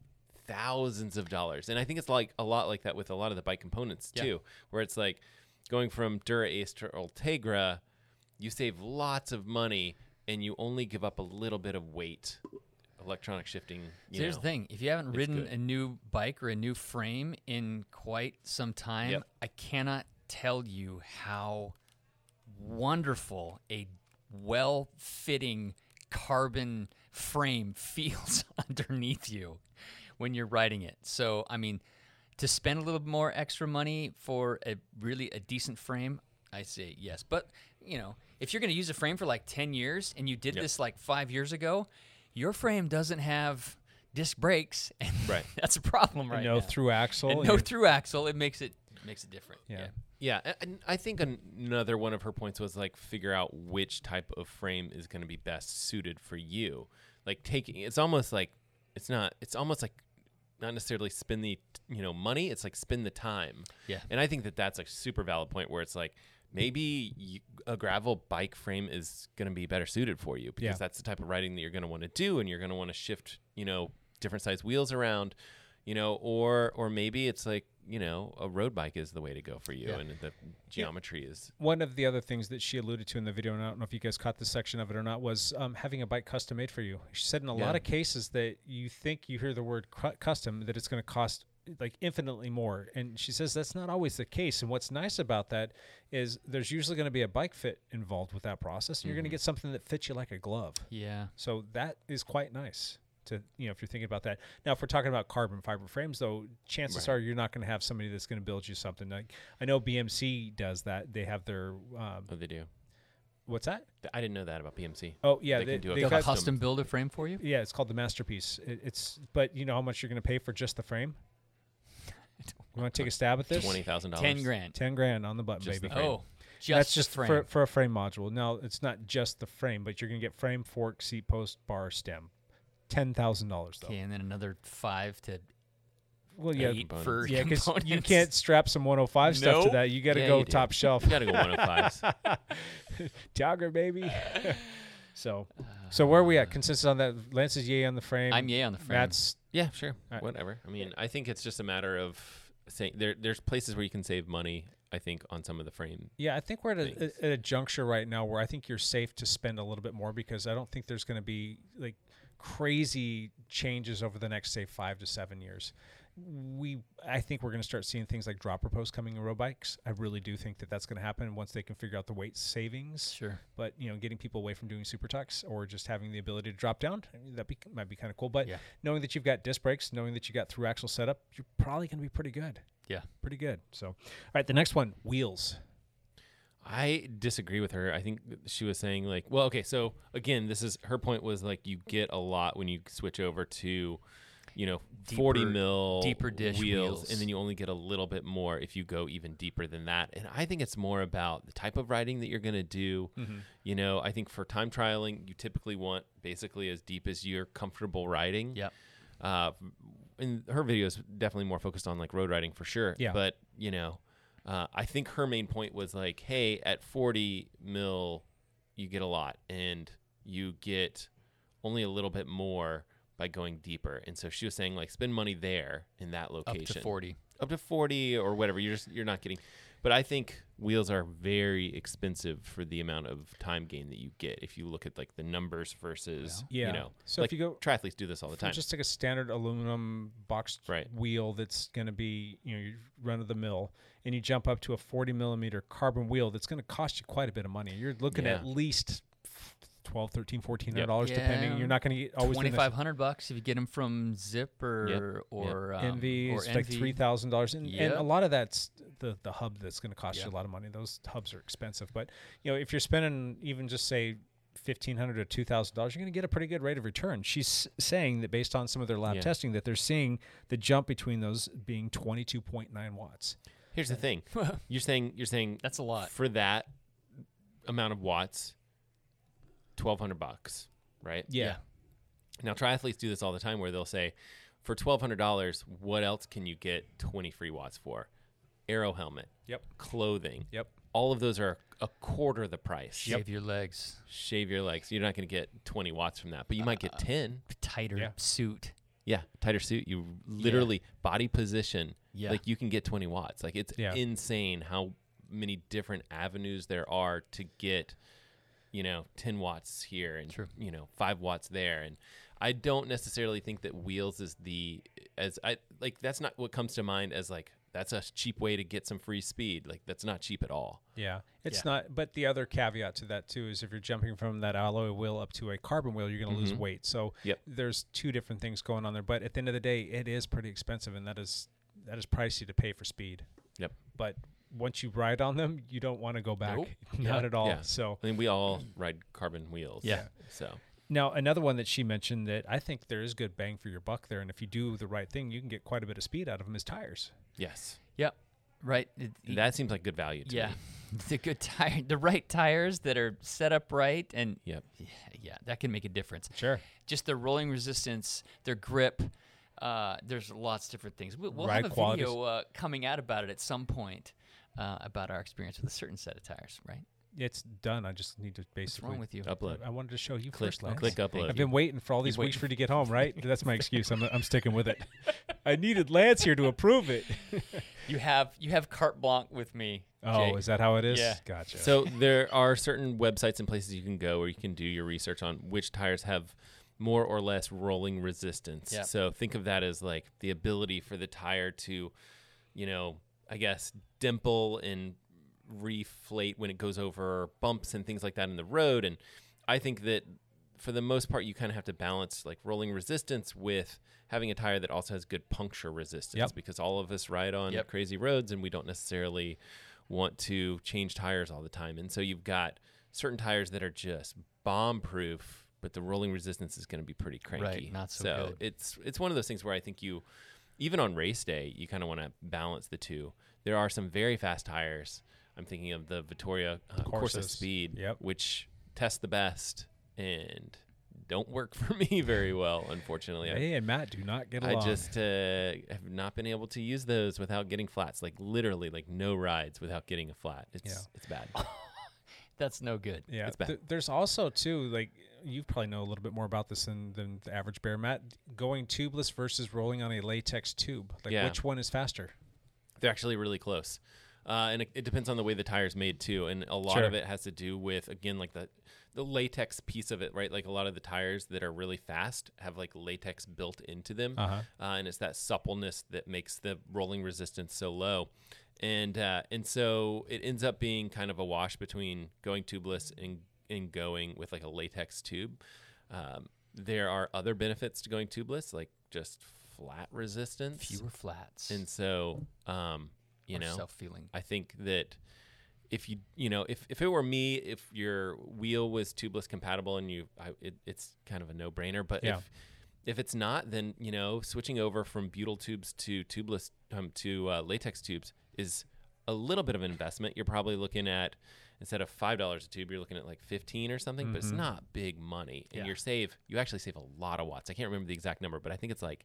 thousands of dollars and i think it's like a lot like that with a lot of the bike components too where it's like going from dura ace to ultegra you save lots of money and you only give up a little bit of weight electronic shifting you So here's know. the thing: if you haven't ridden good. a new bike or a new frame in quite some time, Yep. I cannot tell you how wonderful a well-fitting carbon frame feels underneath you when you're riding it. So, I mean, to spend a little more extra money for a really a decent frame, I say yes. But you know, if you're going to use a frame for like ten years and you did this like five years ago, your frame doesn't have disc brakes, and Right. that's a problem right no now. through axle. and and no you're- through axle, it makes it makes it different. Yeah. Yeah, a- and I think an- another one of her points was like figure out which type of frame is going to be best suited for you. Like taking it's almost like it's not it's almost like not necessarily spend the you know money, it's like spend the time. Yeah. And I think that that's a super valid point where it's like maybe you, a gravel bike frame is going to be better suited for you because Yeah. that's the type of riding that you're going to want to do and you're going to want to shift, you know, different size wheels around, you know, or or maybe it's like, you know, a road bike is the way to go for you and the geometry is One of the other things that she alluded to in the video, and I don't know if you guys caught this section of it or not, was um, having a bike custom made for you. She said in a lot of cases that you think you hear the word cu- custom that it's going to cost like infinitely more, and she says that's not always the case. And what's nice about that is there's usually going to be a bike fit involved with that process, and you're going to get something that fits you like a glove. Yeah. So that is quite nice to you know if you're thinking about that. Now, if we're talking about carbon fiber frames, though, chances are you're not going to have somebody that's going to build you something like I know BMC does that. They have their um, what they do. what's that? Th- I didn't know that about BMC. Oh yeah, They they, can do a they They'll got- custom build a frame for you. Yeah, it's called the masterpiece. It, it's but you know how much you're going to pay for just the frame. You want to take a stab at this? Twenty thousand dollars. Ten grand. Ten grand on the button, Just the baby. frame. Oh, just That's the just frame. for for a frame module. Now it's not just the frame, but you're going to get frame, fork, seat post, bar, stem. Ten thousand dollars though. okay, and then another five to Well, yeah, eight for Yeah, because you components. can't strap some 105 stuff to Nope. that. You got to Yeah, go you do. top shelf, You gotta go one of fives. Tiger baby. so, so where are we at? Consensus on that. Lance is yay on the frame. I'm yay on the frame. Matt's Yeah, sure. All right. Whatever. I mean, I think it's just a matter of saying there. There's places where you can save money. I think on some of the frame. yeah. I think we're at a, at a juncture right now where I think you're safe to spend a little bit more because I don't think there's going to be like crazy changes over the next say five to seven years. We, I think we're going to start seeing things like dropper posts coming in road bikes. I really do think that that's going to happen once they can figure out the weight savings. Sure. but you know, getting people away from doing super tucks or just having the ability to drop down I mean, that be, might be kind of cool. But Yeah. knowing that you've got disc brakes, knowing that you got through axle setup, you're probably going to be pretty good, Yeah. pretty good. So, all right, the next one, wheels. I disagree with her. I think she was saying like, well, okay. So again, this is her point was like you get a lot when you switch over to, you know, forty Deeper- mil deeper dish wheels. and then you only get a little bit more if you go even deeper than that. And I think it's more about the type of riding that you're gonna do. Mm-hmm. You know, I think for time trialing, you typically want basically as deep as you're comfortable riding. Yep. uh, and her video is definitely more focused on like road riding for sure. Yeah. But you know, uh, I think her main point was like, hey, at 40 mil, you get a lot, and you get only a little bit more by going deeper. And so she was saying like, spend money there in that Up location, to forty. up to 40 or whatever. You're just you're not getting. But I think wheels are very expensive for the amount of time gain that you get if you look at like the numbers versus Yeah. Yeah. you know. So if like, you go- triathletes do this all the time. Just like a standard aluminum boxed Right. wheel that's going to be you know your run of the mill, and you jump up to a 40 millimeter carbon wheel that's going to cost you quite a bit of money. You're looking Yeah. at least. 12 13 1400 Yep. dollars Yeah. depending you're not going to always Twenty doing this- five hundred bucks if you get them from Zip or or um, Envy or is like Envy. three thousand dollars, and and Yep. a lot of that's the the hub that's going to cost Yeah. you a lot of money. Those hubs are expensive, but you know if you're spending even just say fifteen hundred or two thousand dollars, you're going to get a pretty good rate of return. She's saying that based on some of their lab Yeah. testing that they're seeing the jump between those being twenty two point nine watts. Here's the thing. you're saying you're saying That's a lot. for that amount of watts, twelve hundred bucks, right? Yeah. Now triathletes do this all the time, where they'll say, for twelve hundred dollars, what else can you get twenty free watts for? Aero helmet, Yep. clothing, Yep. All of those are a quarter the price. Shave your legs. Shave your legs. You're not going to get twenty watts from that, but you might Uh, get ten. Tighter Yeah. suit. Yeah, tighter suit. You literally body position. Yeah. like you can get 20 watts. Like it's Yeah. insane how many different avenues there are to get, you know, 10 watts here and True. you know five watts there. And I don't necessarily think that wheels is the as I like that's not what comes to mind as like that's a cheap way to get some free speed. Like that's not cheap at all. Yeah, it's not. But the other caveat to that too is if you're jumping from that alloy wheel up to a carbon wheel, you're going to lose weight. So Yep. there's two different things going on there. But at the end of the day, it is pretty expensive, and that is that is pricey to pay for speed. Yep. But once you ride on them, you don't want to go back, Nope. not at all. Yeah. So I mean, we all ride carbon wheels. Yeah. So now another one that she mentioned that I think there is good bang for your buck there, and if you do the right thing, you can get quite a bit of speed out of them is tires. yes, Yep. Right. It- it- that seems like good value to yeah. me. The good tire, the right tires that are set up right, and Yep. yeah, yeah, that can make a difference. Sure. Just their rolling resistance, their grip. Uh, there's lots of different things. We, we'll Ride have a qualities. video uh, coming out about it at some point. uh, about our experience with a certain set of tires, right? It's done. I just need to basically. wrong with you? Upload. I wanted to show you Click, first. Lance. click upload. I've been waiting for all these wait- weeks for you to get home, right? That's my excuse. I'm, I'm sticking with it. I needed Lance here to approve it. You have you have carte blanche with me. Oh, Jake. is that how it is? Yeah. Gotcha. So there are certain websites and places you can go where you can do your research on which tires have more or less rolling resistance. Yep. So think of that as like the ability for the tire to, you know, I guess dimple and reflate when it goes over bumps and things like that in the road. And I think that for the most part, you kind of have to balance like rolling resistance with having a tire that also has good puncture resistance Yep. because all of us ride on Yep. crazy roads and we don't necessarily want to change tires all the time. And so you've got certain tires that are just bomb proof, but the rolling resistance is going to be pretty cranky. not so good. it's it's one of those things where I think you even on race day, you kind of want to balance the two. There are some very fast tires. I'm thinking of the Vittoria uh, Corsa Courses. Speed, Yep. which test the best and don't work for me very well, unfortunately. I- Hey and Matt do not get I along. just uh, have not been able to use those without getting flats. Like literally, like no rides without getting a flat. It's Yeah. it's bad. That's no good. yeah. it's bad. Th- there's also too like you probably know a little bit more about this than, than the average bear. Matt going tubeless versus rolling on a latex tube. Like Yeah. which one is faster? They're actually really close, uh, and it, it depends on the way the tire's made too. And a lot Sure. of it has to do with again like the the latex piece of it, right? Like a lot of the tires that are really fast have like latex built into them, uh and it's that suppleness that makes the rolling resistance so low. And uh, and so it ends up being kind of a wash between going tubeless and and going with like a latex tube. Um, there are other benefits to going tubeless, like just flat resistance. Fewer flats. And so, um, you Or know, self-feeling. I think that if you, you know, if, if it were me, if your wheel was tubeless compatible and you, I, it, it's kind of a no brainer, but Yeah. if, if it's not, then, you know, switching over from butyl tubes to tubeless, um, to uh, latex tubes is a little bit of an investment. You're probably looking at, instead of $5 a tube, you're looking at like 15 or something, but it's Mm-hmm. not big money. And Yeah. your save, you actually save a lot of watts. I can't remember the exact number, but I think it's like,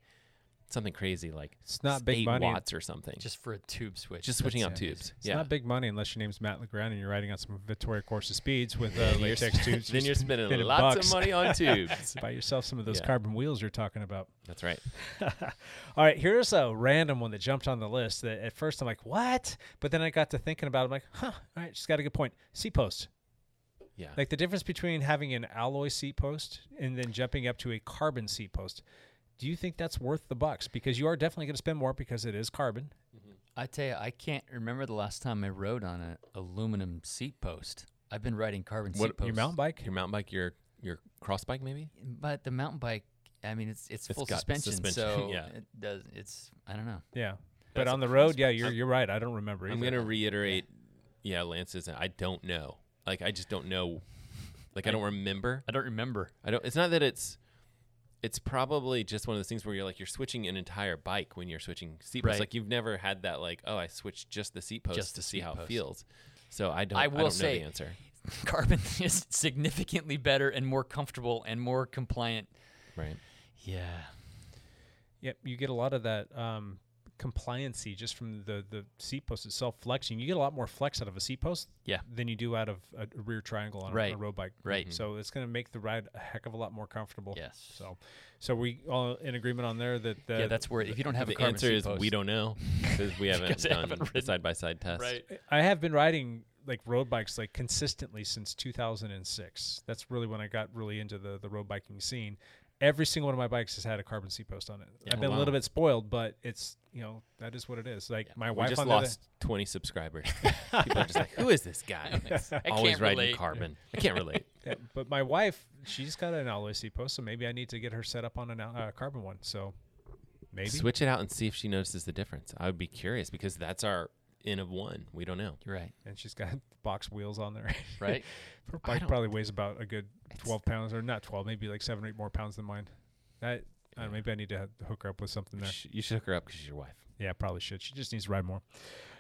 Something crazy like It's not big eight money. watts or something. Just just for a tube switch. just switching out That's- tubes. It's yeah. not big money unless your name's Matt Legrand and you're riding on some Victoria Corsa speeds with uh, You're latex sp- tubes. then you're spending spending lots bucks. of money on tubes. Buy yourself some of those Yeah. carbon wheels you're talking about. That's right. All right, here's a random one that jumped on the list that at first I'm like, what? But then I got to thinking about it. I'm like, huh, all right, she's got a good point. Seat post. Yeah. Like the difference between having an alloy seat post and then jumping up to a carbon seat post. Do you think that's worth the bucks? Because you are definitely going to spend more because it is carbon. I tell you, I can't remember the last time I rode on an aluminum seat post. I've been riding carbon seat posts. Your mountain bike? your mountain bike, your your cross bike, maybe. But the mountain bike, I mean, it's it's, It's full got suspension, suspension, so yeah. it does. It's I don't know. Yeah. But on the road, yeah, you're, you're right. I don't remember either. I'm gonna reiterate. Yeah, Lance isn't. I don't know. Like I just don't know. Like I don't remember. I don't remember. I don't. It's not that it's. It's probably just one of those things where you're like you're switching an entire bike when you're switching seat posts. Right. Like you've never had that like oh I switched just the seat post Just to the see seat how it post. feels. So I don't. I I, will don't know say- the answer. Carbon is significantly better and more comfortable and more compliant. Right. Yeah. Yep, you get a lot of that um, compliancy just from the the seat post itself flexing. You get a lot more flex out of a seat post, Yeah. than you do out of a a rear triangle on a- Right, a road bike, right. Mhm. So it's going to make the ride a heck of a lot more comfortable. Yes. So, so we all in agreement on there that the, yeah, that's where if you don't have Uh, a the carbon answer seat is post, we don't know because we haven't Because I done haven't the ridden. side by side test. Right. I have been riding like road bikes like consistently since 2006. That's really when I got really into the the road biking scene. Every single one of my bikes has had a carbon seat post on it. I've been a Wow. little bit spoiled, but it's you know that is what it is. Like my We wife just on the other- lost 20 subscribers. People are just like, who is this guy? I Always riding can't relate. carbon. I can't relate. Yeah, but my wife, she's got an alloy seat post, so maybe I need to get her set up on a uh, carbon one. So maybe. Switch it out and see if she notices the difference. I would be curious because that's our in of one. We don't know. You're right. And she's got box wheels on there. Right. her I bike don't- probably weighs about a good 12 pounds, or not 12, maybe like seven or eight more pounds than mine. That, I don't know, maybe I need to ha- hook her up with something there. Sh- You should hook her up because she's your wife. Yeah, probably should. She just needs to ride more.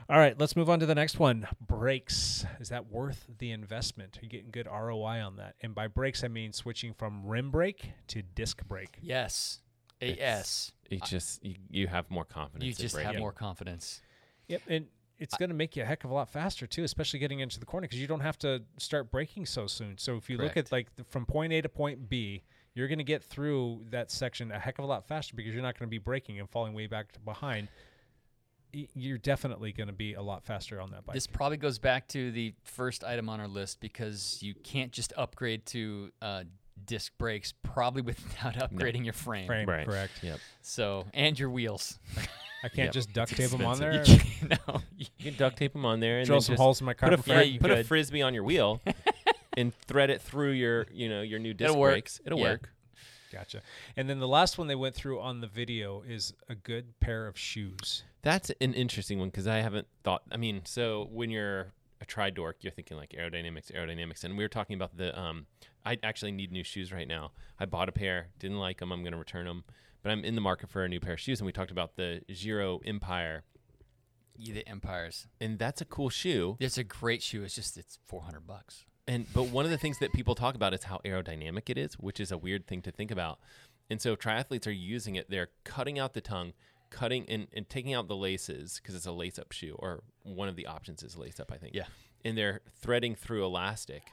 All right, let's move on to the next one. Brakes. Is that worth the investment? Are you getting good ROI on that? And by brakes, I mean switching from rim brake to disc brake. Yes. It's- Yes. You just you, you have more confidence. You in just braking. have more confidence. Yep, and it's going to make you a heck of a lot faster too, especially getting into the corner because you don't have to start braking so soon. So if you look Correct. at like the, from point A to point B, you're going to get through that section a heck of a lot faster because you're not going to be braking and falling way back to behind. Y- You're definitely going to be a lot faster on that bike. This probably goes back to the first item on our list because you can't just upgrade to uh, disc brakes probably without upgrading your frame. frame, Right. correct? Yep. So and your wheels. I can't Yep. just duct tape them on there. You can't- no, you- You can duct tape them on there and Drill then some just holes in my put a, carbon fri- fiber. Yeah, you put a could. frisbee on your wheel and thread it through your you know your new disc work. brakes. It'll Yeah. work. Gotcha. And then the last one they went through on the video is a good pair of shoes. That's an interesting one because I haven't thought. I mean, so when you're a tri dork, you're thinking like aerodynamics, aerodynamics, and we were talking about the. Um, I actually need new shoes right now. I bought a pair, didn't like them. I'm going to return them, but I'm in the market for a new pair of shoes. And we talked about the Giro Empire, you- the empires. and that's a cool shoe. It's a great shoe. It's just it's four hundred bucks. And but one of the things that people talk about is how aerodynamic it is, which is a weird thing to think about. And so triathletes are using it. They're cutting out the tongue, cutting and, and taking out the laces because it's a lace up shoe, or one of the options is lace up, I think. Yeah. And they're threading through elastic,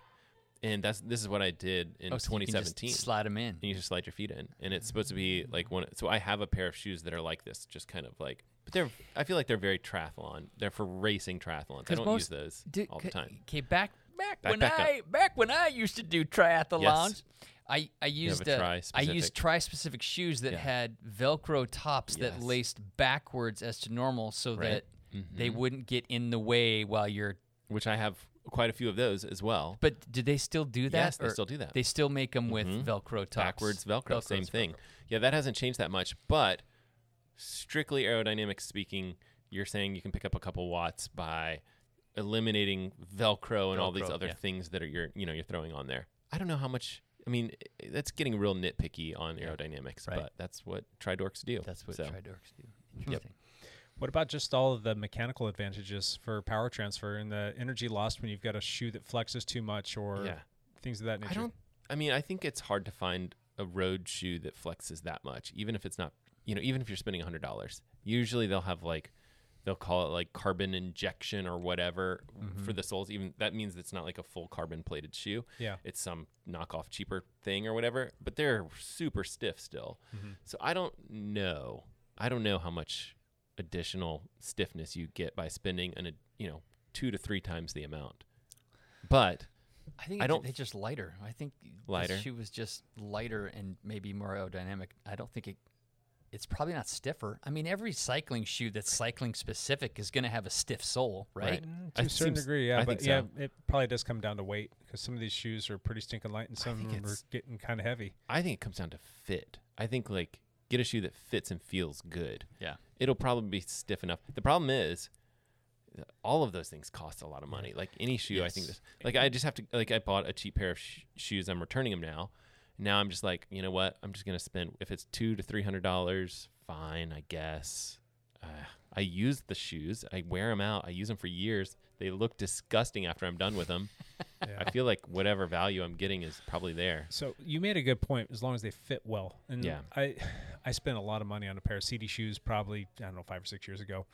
and that's this is what I did in Oh, so you can just 2017. slide them in. and you just slide your feet in, and it's supposed to be like one. So I have a pair of shoes that are like this, just kind of like. But they're I feel like they're very triathlon. They're for racing triathlons. I don't use those all the time. Okay, back back, Back- when back up. I back when I used to do triathlons, I I used a uh, I tri-specific. used tri specific shoes that Yeah. had Velcro tops that Yes. laced backwards as to normal, so that they wouldn't get in the way while you're. which I have quite a few of those as well. But do they still do that? Yes, they or still do that. Mm-hmm. They still make them with Velcro tops. backwards Velcro, Velcro's same thing. Velcro. Yeah, that hasn't changed that much. But strictly aerodynamics speaking, you're saying you can pick up a couple watts by eliminating Velcro and all these Velcro, other yeah. things that are you're you know you're throwing on there. I don't know how much. I mean, i- that's getting real nitpicky on aerodynamics, Right. but that's what tridorks do. That's what So, tridorks do. Interesting. What about just all of the mechanical advantages for power transfer and the energy lost when you've got a shoe that flexes too much or Yeah. things of that nature? I don't. I mean, I think it's hard to find a road shoe that flexes that much, even if it's not. You know, even if you're spending hundred dollars, usually they'll have like, they'll call it like carbon injection or whatever Mm-hmm. for the soles. Even that means it's not like a full carbon plated shoe. Yeah. it's some knockoff cheaper thing or whatever. But they're super stiff still. Mm-hmm. So I don't know. I don't know how much additional stiffness you get by spending an, ad- you know, two to three times the amount. But I think I I don't- don't. They're just lighter. I think this Lighter? shoe was just lighter and maybe more aerodynamic. I don't think it. It's probably not stiffer. I mean, every cycling shoe that's cycling specific is going to have a stiff sole, right? Mm, I To a certain seems- degree, yeah, I but think yeah, so. it probably does come down to weight because some of these shoes are pretty stinking light and some of think them are it's- getting kind of heavy. I think it comes down to fit. I think like get a shoe that fits and feels good. Yeah. It'll probably be stiff enough. The problem is uh, all of those things cost a lot of money. Like any shoe, I think this, Yes. like I just have to like I bought a cheap pair of sh- shoes. I'm returning them now. Now I'm just like, you know what? I'm just gonna spend if it's two to three hundred dollars. Fine, I guess. Uh, I use the shoes. I wear them out. I use them for years. They look disgusting after I'm done with them. I feel like whatever value I'm getting is probably there. So you made a good point. As long as they fit well, and Yeah. I, I spent a lot of money on a pair of CD shoes probably I don't know five or six years ago.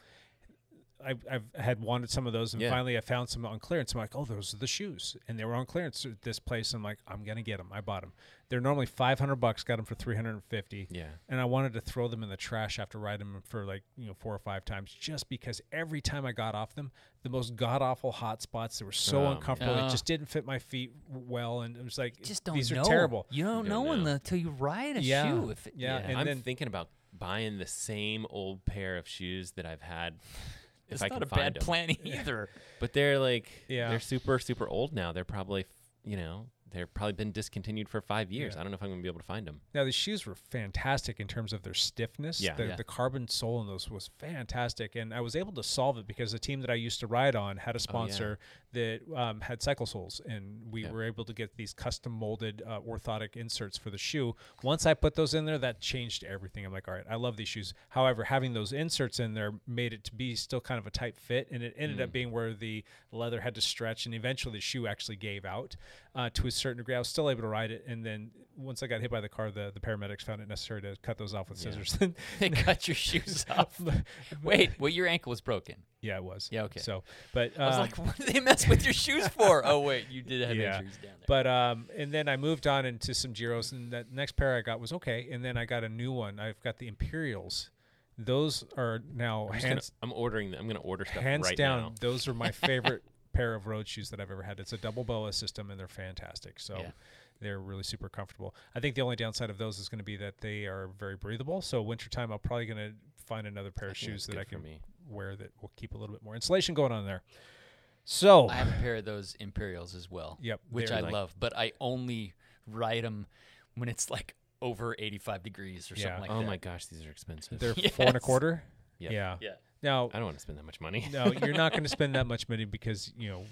I, I've had wanted some of those, and Yeah. finally I found some on clearance. I'm like, oh, those are the shoes, and they were on clearance at this place. I'm like, I'm gonna get them. I bought them. They're normally 500 bucks. Got them for 350. Yeah. And I wanted to throw them in the trash after riding them for like you know four or five times, just because every time I got off them, the most god awful hot spots. They were so Oh, uncomfortable. It just didn't fit my feet well, and it was like Just don't these know. are terrible. You don't, You know, don't know. until you ride a Yeah. shoe. If it, Yeah, and- I'm then- thinking about buying the same old pair of shoes that I've had. If it's I not can a find bad 'em. plan either. But they're like, Yeah. they're super, super old now. They're probably, you know, they've probably been discontinued for five years. I don't know if I'm going to be able to find them. Now the shoes were fantastic in terms of their stiffness. Yeah. The, Yeah. the carbon sole in those was fantastic, and I was able to solve it because the team that I used to ride on Oh, had a sponsor that um, had cycle soles, and we were able to get these custom molded uh, orthotic inserts for the shoe. Once I put those in there, that changed everything. I'm like, all right, I love these shoes. However, having those inserts in there made it to be still kind of a tight fit, Mm. and it ended up being where the leather had to stretch, and eventually the shoe actually gave out uh, to a certain degree. I was still able to ride it, and then once I got hit by the car, the, the paramedics found it necessary to cut those off with scissors. They cut your shoes off. Wait, well, your ankle was broken. yeah, it was. Yeah, okay. So, but I was um, like, what do they mess with your shoes for? Oh, wait, you did have injuries down there. But um, and then I moved on into some Giros, and that next pair I got was okay. And then I got a new one. I've got the Imperials. Those are now I'm, just gonna- hands I'm ordering them. I'm going to order stuff hands right down. now. Those are my favorite pair of road shoes that I've ever had. It's a double boa system, and they're fantastic. So. Yeah. They're really super comfortable. I think the only downside of those is going to be that they are very breathable. So wintertime, I'm probably going to find another pair of shoes that good I for can me. wear that will keep a little bit more insulation going on there. So I have a pair of those Imperials as well. Yep, Which they're I like- love, but I only ride them when it's like over 85 degrees or Yeah. something like oh that. my gosh, these are expensive. they're four and a Yes. quarter. Yeah. Yeah. Yeah. Now I don't want to spend that much money. no, you're not going to spend that much money because you know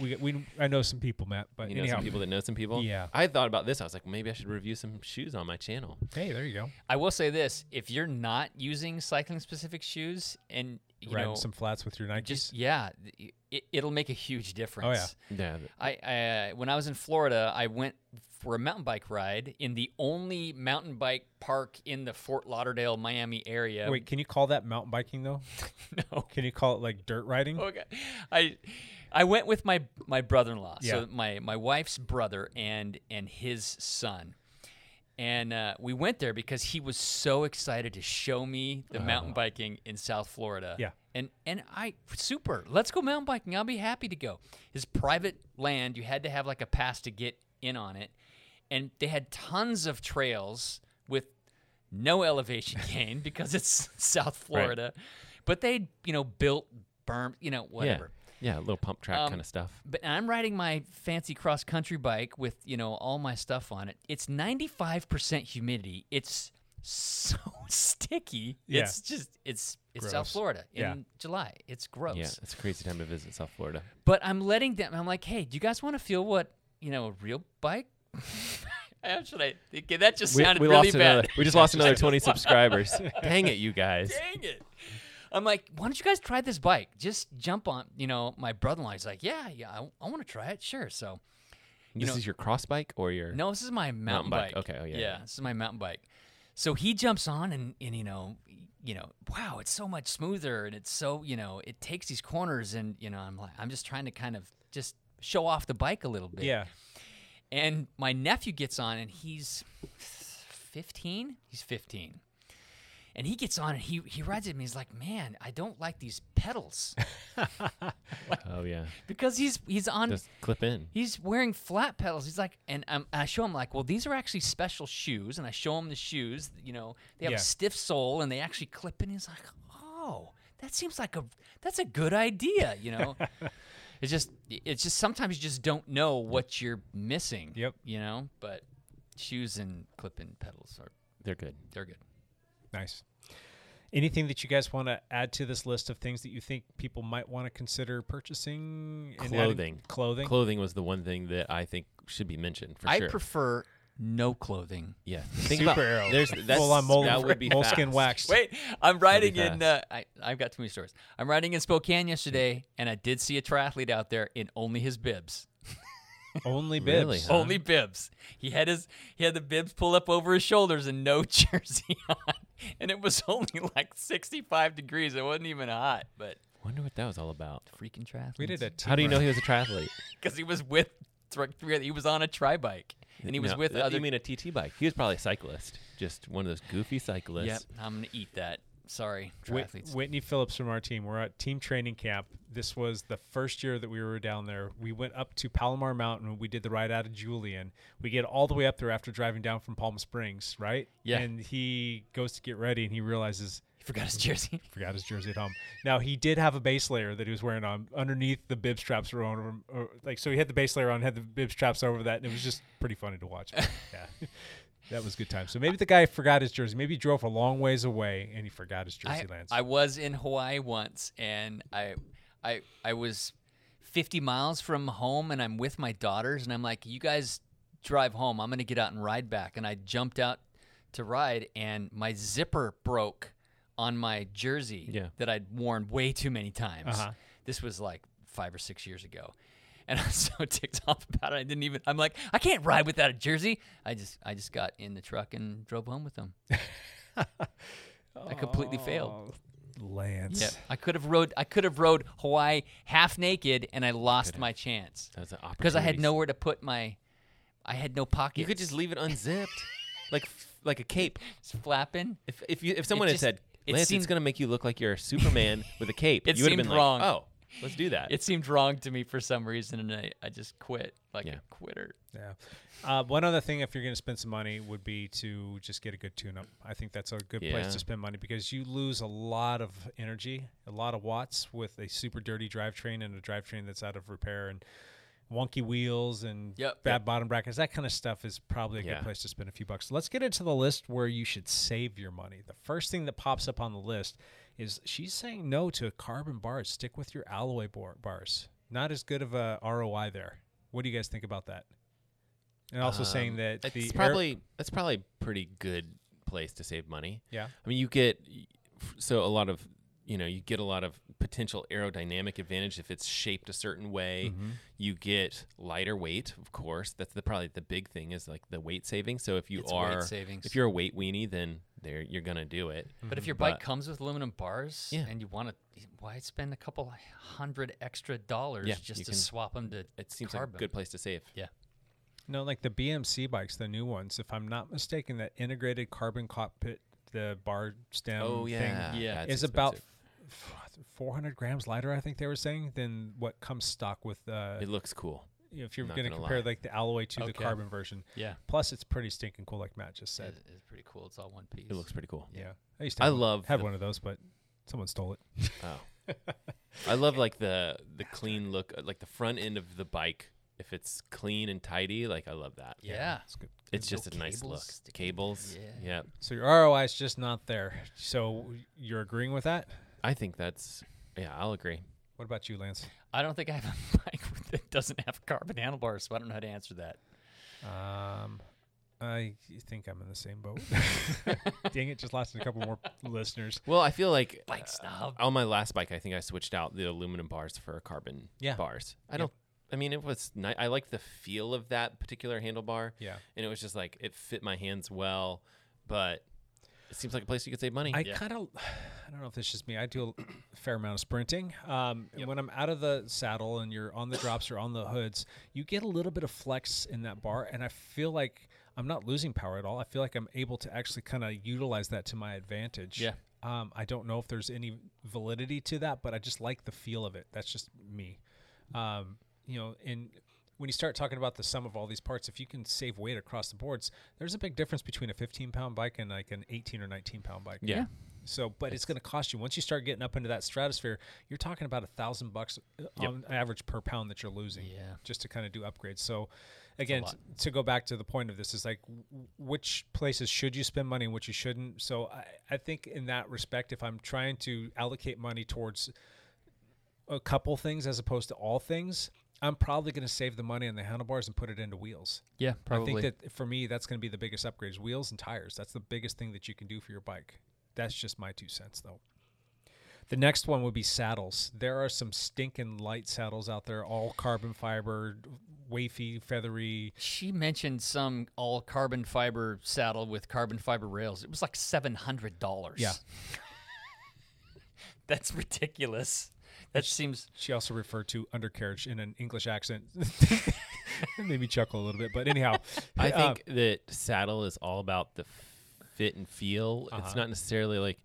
we, we, we I know some people, Matt. But You know anyhow, some people that know some people. Yeah. I thought about this. I was like, maybe I should review some shoes on my channel. hey, there you go. I will say this if you're not using cycling specific shoes and, you Riding know, some flats with your Nikes. just, yeah, th- it, it'll make a huge difference. Yeah. Oh, I, I when I was in Florida, I went for a mountain bike ride in the only mountain bike park in the Fort Lauderdale, Miami area. Wait, can you call that mountain biking though? no. Can you call it like dirt riding? Oh, Okay. I I went with my my brother-in-law. Yeah. So my my wife's brother and and his son. And uh, we went there because he was so excited to show me the mountain biking in South Florida. Uh-huh. Yeah. And and I super. Let's go mountain biking. I'll be happy to go. His private land, you had to have like a pass to get in on it. And they had tons of trails with no elevation gain because it's South Florida. But they, you know, built berm, you know, whatever. Yeah. Yeah. A little pump track Um, kind of stuff. But I'm riding my fancy cross country bike with, you know, all my stuff on it. It's 95% humidity. It's so sticky. Yeah. It's just it's it's South Gross. Florida in Yeah. July. It's gross. Yeah. It's a crazy time to visit South Florida. But I'm letting them. I'm like, hey, do you guys want to feel what you know a real bike? Actually, I- okay, that just sounded really lost bad. another. We just lost another 20 subscribers. Dang it, you guys. Dang it! I'm like, why don't you guys try this bike? Just jump on. You know, my brother-in-law. He's like, yeah, yeah, I, I want to try it. Sure. So This know- is your cross bike or your? no, this is my Mountain mountain, bike. bike. Okay, oh, yeah, yeah. This is my mountain bike. So he jumps on and and you know, you know, wow, it's so much smoother and it's so you know, it takes these corners and you know, I'm like, I'm just trying to kind of just show off the bike a little bit. yeah. And my nephew gets on and he's 15. He's 15. And he gets on and he, he rides it and he's like, man, I don't like these pedals Oh yeah. because he's he's on Just clip in. he's wearing flat pedals. He's like, and um, I show him like, well, these are actually special shoes, and I show him the shoes. You know, they have Yeah. a stiff sole and they actually clip. And he's like, oh, that seems like a that's a good idea. You know, it's just it's just sometimes you just don't know what you're missing. Yep. You know, but shoes and clip-in pedals are They're good. they're good. Nice. Anything that you guys want to add to this list of things that you think people might want to consider purchasing? and adding- Clothing. Clothing. Clothing was the one thing that I think should be mentioned for I sure. prefer no clothing. yeah. Think about Superhero. there's that's Full on mole, that would be moleskin fast. waxed. Wait, I'm riding in. Uh, fast. I, I've got too many stories. I'm riding in Spokane yesterday, and I did see a triathlete out there in only his bibs. Only bibs. Really, huh? Only bibs. He had his he had the bibs pull up over his shoulders and no jersey on, and it was only like 65 degrees. It wasn't even hot, but Wonder what that was all about. freaking triathlete. We did a. How do you team know ride. he was a triathlete? because he was with thr- three. He was on a tri bike, and he was No, with that- other. You mean a TT bike? He was probably a cyclist, just one of those goofy cyclists. yep, I'm gonna eat that. Sorry, Whit- triathletes. Whitney Phillips from our team. We're at team training camp. This was the first year that we were down there. We went up to Palomar Mountain. We did the ride out of Julian. We get all the way up there after driving down from Palm Springs, right? Yeah. And he goes to get ready and he realizes he forgot his jersey. forgot his jersey at home. Now he did have a base layer that he was wearing on underneath the bib straps were on him, or, like so he had the base layer on, had the bib straps over that, and it was just pretty funny to watch. But, yeah. That was a good time. So maybe the guy forgot his jersey. Maybe he drove a long ways away and he forgot his jersey, I, Lance. I was in Hawaii once, and I, I, I was 50 miles from home, and I'm with my daughters, and I'm like, "You guys drive home. I'm gonna get out and ride back." And I jumped out to ride, and my zipper broke on my jersey Yeah. that I'd worn way too many times. Uh-huh. This was like five or six years ago, and I was so ticked off about it. I didn't even. I'm like, I can't ride without a jersey. I just, I just got in the truck and drove home with them. I completely failed. Lance. Yep. I could have rode. I could have rode Hawaii half naked, and I lost my chance That was an because I had opportunity. nowhere to put my. I had no pocket. You could just leave it unzipped, like like a cape. flapping. If if you if someone just- had it said, "Lance, seemed- it's gonna make you look like you're Superman with a cape," It you would have seemed been wrong. like, "Oh, let's do that." It seemed wrong to me for some reason, and I, I just quit like Yeah. a quitter. Yeah. Uh, one other thing, if you're going to spend some money, would be to just get a good tune-up. I think that's a good Yeah. place to spend money because you lose a lot of energy, a lot of watts with a super dirty drivetrain and a drivetrain that's out of repair and wonky wheels and Yep. bad bottom brackets. That kind of stuff is probably a Yeah. good place to spend a few bucks. Let's get into the list where you should save your money. The first thing that pops up on the list is she's saying no to carbon bars. Stick with your alloy bar- bars. Not as good of a ROI there. What do you guys think about that? And also saying Um, that it's the air- probably that's probably a pretty good place to save money. Yeah. I mean, you get so a lot of you know you get a lot of potential aerodynamic advantage if it's shaped a certain way. You get lighter weight, of course. That's the probably the big thing is like the weight savings. So if you It's weight are savings. Mm. if you're a weight weenie, then there you're gonna do it. But if your bike Mm-hmm. But- comes with aluminum bars Yeah. and you want to, why spend a couple hundred extra dollars Yeah, just you to can- swap them to It seems carbon? like a good place to save. Yeah. no, like the BMC bikes, the new ones. If I'm not mistaken, that integrated carbon cockpit, the bar stem. Oh yeah, thing, Yeah. that's is about expensive. f- 400 grams lighter. I think they were saying than what comes stock with. Uh, It looks cool. you know, if you're not going to gonna compare lie. like the alloy to the Okay. carbon version. Yeah. Plus, it's pretty stinking cool, like Matt just said. It- it's pretty cool. It's all one piece. It looks pretty cool. Yeah, I used to. I have one- love had the- one of those, but someone stole it. Oh. I love like the the clean look, uh, like the front end of the bike. If it's clean and tidy, like I love that. yeah. It's good. it's no just a nice cables look. sticking- Cables, yeah. yeah. So your ROI is just not there. So you're agreeing with that? I think that's yeah. I'll agree. What about you, Lance? I don't think I have a bike that doesn't have carbon handlebars, so I don't know how to answer that. Um, I think I'm in the same boat. Dang it! Just lost a couple more listeners. Well, I feel like uh, Bike snob. on my last bike, I think I switched out the aluminum bars for carbon Yeah. bars. I don't. I mean, it was. Ni- I liked the feel of that particular handlebar. Yeah. and it was just like it fit my hands well, but it seems like a place you could save money. I kind of, I don't know if it's just me. I do a fair amount of sprinting. Um, and When I'm out of the saddle and you're on the drops or on the hoods, you get a little bit of flex in that bar, and I feel like I'm not losing power at all. I feel like I'm able to actually kind of utilize that to my advantage. Yeah. Um, I don't know if there's any validity to that, but I just like the feel of it. That's just me. Um, you know, and when you start talking about the sum of all these parts, if you can save weight across the boards, there's a big difference between a 15 pound bike and like an 18 or 19 pound bike. yeah. So, but it's, going to cost you once you start getting up into that stratosphere. You're talking about a thousand bucks uh, on average per pound that you're losing, Yeah. just to kind of do upgrades. So, again, t- to go back to the point of this is like, w- which places should you spend money and which you shouldn't. So, I, I think in that respect, if I'm trying to allocate money towards a couple things as opposed to all things, I'm probably going to save the money on the handlebars and put it into wheels. Yeah, I think that for me, that's going to be the biggest upgrades: wheels and tires. That's the biggest thing that you can do for your bike. That's just my two cents, though. The next one would be saddles. There are some stinking light saddles out there, all carbon fiber, wafy, feathery. she mentioned some all carbon fiber saddle with carbon fiber rails. It was like seven hundred dollars. Yeah. that's ridiculous. That seems She also referred to undercarriage in an English accent. it made me chuckle a little bit, but anyhow, I uh, think that saddle is all about the fit and feel. It's not necessarily like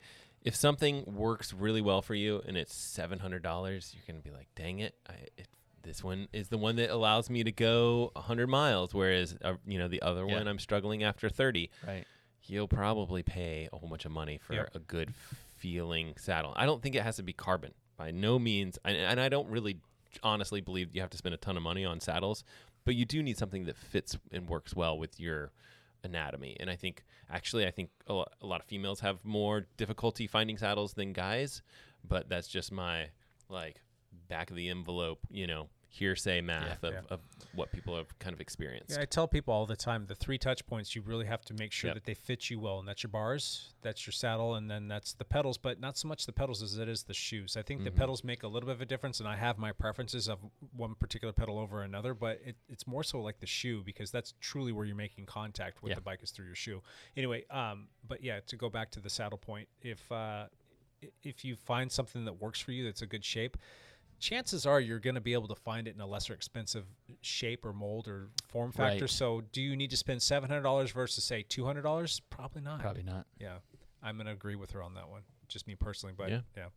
if something works really well for you and it's seven hundred dollars, you're gonna be like, "Dang it, I, it this one is the one that allows me to go hundred miles," whereas uh, you know the other Yeah. one I'm struggling after thirty. right. You'll probably pay a whole bunch of money for Yep. a good feeling saddle. I don't think it has to be carbon by no means, and, and I don't really honestly believe you have to spend a ton of money on saddles, but you do need something that fits and works well with your anatomy. And I think actually, I think a lot, a lot of females have more difficulty finding saddles than guys, but that's just my like back of the envelope, you know. hearsay math Yeah, of, yeah. of what people have kind of experienced. Yeah, I tell people all the time the three touch points you really have to make sure Yep. that they fit you well, and that's your bars, that's your saddle, and then that's the pedals. But not so much the pedals as it is the shoes. I think Mm-hmm. the pedals make a little bit of a difference, and I have my preferences of one particular pedal over another. But it, it's more so like the shoe because that's truly where you're making contact with Yeah. the bike is through your shoe. Anyway, um, but yeah, to go back to the saddle point, if uh, i- if you find something that works for you that's a good shape chances are you're going to be able to find it in a lesser expensive shape or mold or form factor Right. so do you need to spend $700 versus say $200 probably not Probably not. yeah i'm going to agree with her on that one just me personally but yeah, Yeah. all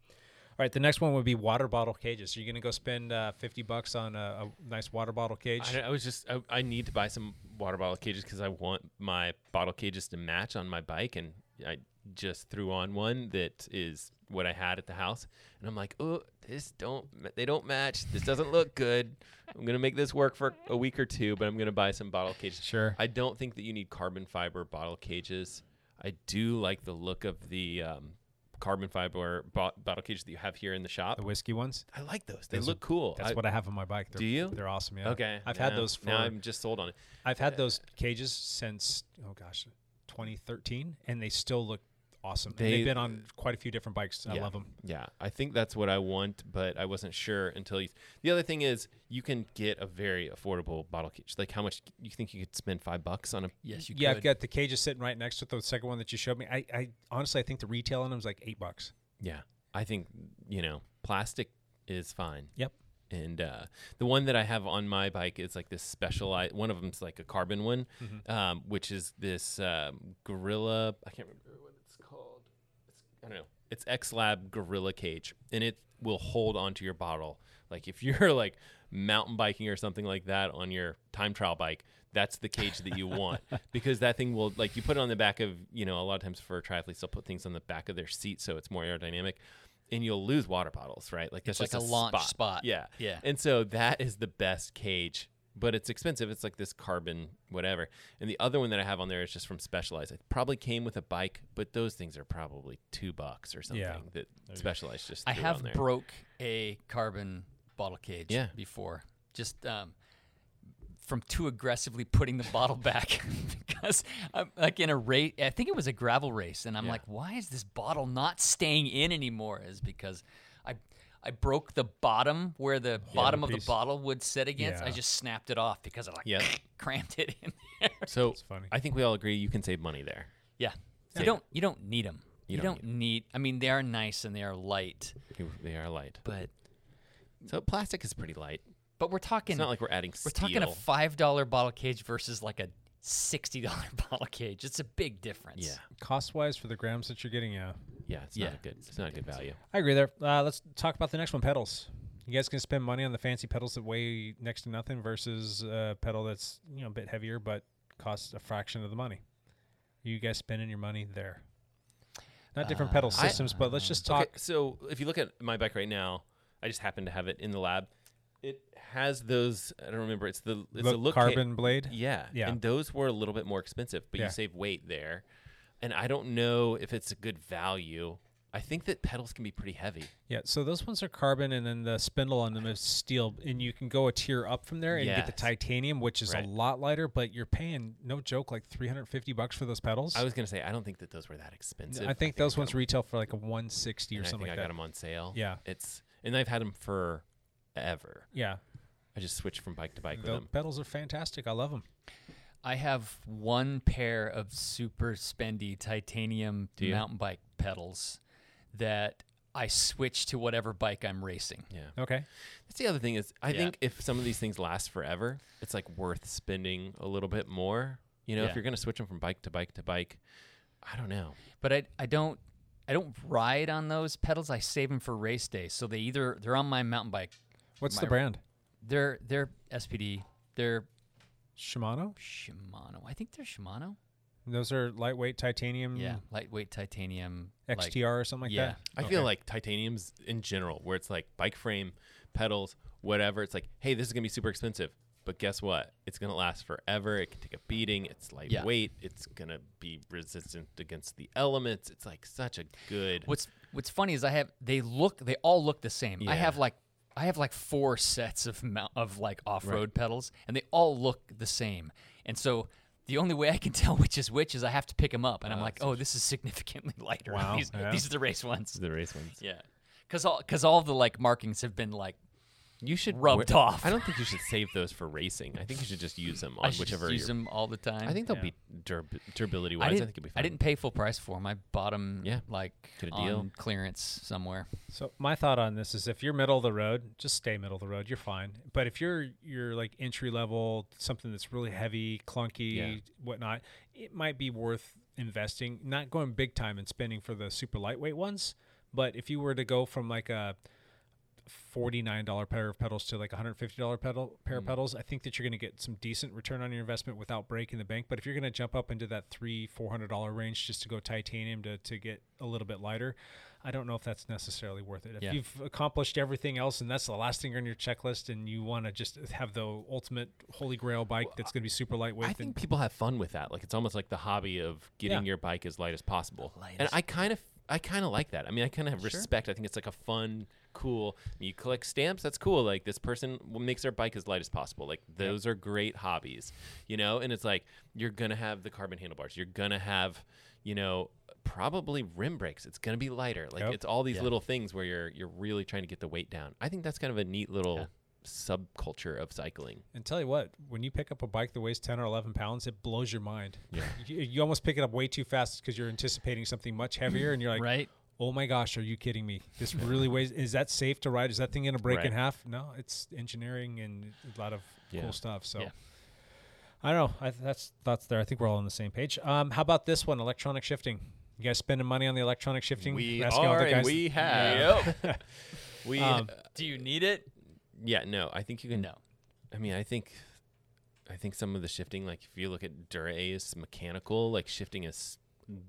right the next one would be water bottle cages are you going to go spend uh, 50 bucks on a, a nice water bottle cage I, don't- I was just I, I need to buy some water bottle cages because I want my bottle cages to match on my bike, and I just threw on one that is what I had at the house, and I'm like, oh, this don't ma- they don't match. This doesn't look good. I'm gonna make this work for a week or two, but I'm gonna buy some bottle cages. Sure. I don't think that you need carbon fiber bottle cages. I do like the look of the um, carbon fiber bo- bottle cages that you have here in the shop. the whiskey ones I like those. They look cool. that's I- what i have on my bike they're, Do you? they're awesome yeah Okay. i've had now- those for Now I'm just sold on it. I've had those cages since oh gosh, 2013, and they still look awesome. They, They- have been on uh, quite a few different bikes. I yeah. love them. Yeah, I think that's what I want, but I wasn't sure until you. The other thing is, you can get a very affordable bottle cage. Like, how much you think you could spend five bucks on a? Yes, you Yeah, could. I've got the cages sitting right next to the second one that you showed me. I, I honestly, I think the retail on them is like eight bucks. Yeah, I think you know, plastic is fine. Yep. And uh, the one that I have on my bike is like this specialized. One of them's like a carbon one, um, which is this um, Gorilla. I can't remember what it's called. It's, I don't know. It's X Lab Gorilla Cage, and it will hold onto your bottle. Like if you're like mountain biking or something like that on your time trial bike, that's the cage that you want because that thing will like you put it on the back of you know a lot of times for triathletes they'll put things on the back of their seat so it's more aerodynamic. And you'll lose water bottles, right? Like that's It's like just a launch spot. Yeah, Yeah. and so that is the best cage, but it's expensive. It's like this carbon whatever. And the other one that I have on there is just from Specialized. It probably came with a bike, but those things are probably two bucks or something Yeah. that Specialized just I threw have on there. broke a carbon bottle cage Yeah. before. Just um, from too aggressively putting the bottle back because I'm like in a race. I think it was a gravel race, and I'm Yeah. like, why is this bottle not staying in anymore? Is because I I broke the bottom where the bottom of the piece. bottle would sit against. I Yeah. just snapped it off because I like Yep. crammed it in there. So funny. I think we all agree you can save money there. Yeah, you Yeah. don't you don't need them. You, don't don't, need. I mean, they are nice and they are light, You- They are light. but So plastic is pretty light. but we're talking. It's not like we're adding We're steel. talking a five dollar bottle cage versus like a sixty dollar bottle cage. It's a big difference. yeah, Cost wise, for the grams that you're getting, yeah, yeah. It's Yeah. not a good. It's not a good value. I agree there. Uh, let's talk about the next one: pedals. You guys can spend money on the fancy pedals that weigh next to nothing versus a pedal that's you know a bit heavier but costs a fraction of the money. You guys spending your money there. Not different pedal Uh, I- systems, but let's just Uh, talk. Okay, so if you look at my bike right now, I just happen to have it in the lab. It has those. I don't remember. It's the it's a Look, look ca- carbon blade. Yeah. Yeah. And those were a little bit more expensive, but Yeah. you save weight there. And I don't know if it's a good value. I think that pedals can be pretty heavy. Yeah, so those ones are carbon, and then the spindle on them is steel, and you can go a tier up from there and get the Yes. titanium, which is Right. a lot lighter, but you're paying no joke like 350 bucks for those pedals. I was gonna say I don't think that those were that I expensive. think, those got ones retail for like a 160 or and I something think like I that. got them on sale. Yeah. It's and I've had them for ever. Yeah, I just switched from bike to bike with the them. pedals are fantastic. I love them. I have one pair of super spendy titanium you? mountain bike pedals that I switch to whatever bike I'm racing. Yeah. Okay, That's the other thing is I Yeah. think if some of these things last forever, it's like worth spending a little bit more. You know, Yeah. if you're gonna switch them from bike to bike to bike, I don't know. But I I don't I don't ride on those pedals. I save them for race day. So they either they're on my mountain bike. what's My- the brand? They're they're SPD. They're Shimano. Shimano. I think they're Shimano. Those are lightweight titanium. Yeah, Mm. lightweight titanium. like- XTR or something like yeah. that. I feel like titaniums in general, where it's like bike frame, pedals, whatever. It's like, hey, this is gonna be super expensive, but guess what? It's gonna last forever. It can take a beating. It's lightweight. It's gonna be resistant against the elements. It's like such a good. What's What's funny is I have they look they all look the same. I Yeah. have like I have like four sets of mount, of like off road pedals, and they all look the same. And so the only way I can tell which is which is I have to pick them up, and I'm like, oh, this is significantly lighter. Wow, These, yeah. these are the race ones. the race ones. Yeah, because all because all the like markings have been like You should Rubbed off. I don't think you should save those for racing. I think you should just use them on I should whichever. just use you're- them all the time. I think they'll be durab- durability wise. I I, didn't, think it'll be fine. didn't pay full price for them. I bought them Yeah. like Get a deal. on clearance somewhere. So my thought on this is if you're middle of the road, just stay middle of the road. You're fine. But if you're you're like entry level, something that's really heavy, clunky, Yeah. whatnot, it might be worth investing. Not going big time and spending for the super lightweight ones, but if you were to go from like a $49 pair of pedals to like a $150 pedal pair Mm. of pedals, I think that you're going to get some decent return on your investment without breaking the bank. But if you're going to jump up into that three, $400 range just to go titanium to, to get a little bit lighter, I don't know if that's necessarily worth it. If Yeah. you've accomplished everything else and that's the last thing on your checklist and you want to just have the ultimate holy grail bike that's going to be super lightweight, I then think people have fun with that. Like it's almost like the hobby of getting Yeah. your bike as light as possible. and I kind of I kind of like that. I mean, I kind of have respect. I think it's like a fun, cool. You collect stamps, that's cool. Like this person w- makes their bike as light as possible. Like those are great hobbies, you know. And it's like you're gonna have the carbon handlebars. You're gonna have, you know, probably rim brakes. It's gonna be lighter. Like Yep. it's all these little things where you're you're really trying to get the weight down. I think that's kind of a neat little subculture of cycling. And tell you what, when you pick up a bike that weighs 10 or 11 pounds, it blows your mind. Yeah. You, you almost pick it up way too fast because you're anticipating something much heavier and you're like, Right. oh my gosh, are you kidding me? This really weighs, is that safe to ride? Is that thing going to break Right. in half? No, it's engineering and a lot of Yeah. cool stuff. So. Yeah. I don't know. I, that's thoughts there. I think we're all on the same page. Um, how about this one? Electronic shifting. You guys spending money on the electronic shifting? Asking all the guys- have. we Um, uh, Do you need it? yeah no. I think you can. No. I mean, I think, I think some of the shifting, like if you look at Dura Ace mechanical, like shifting is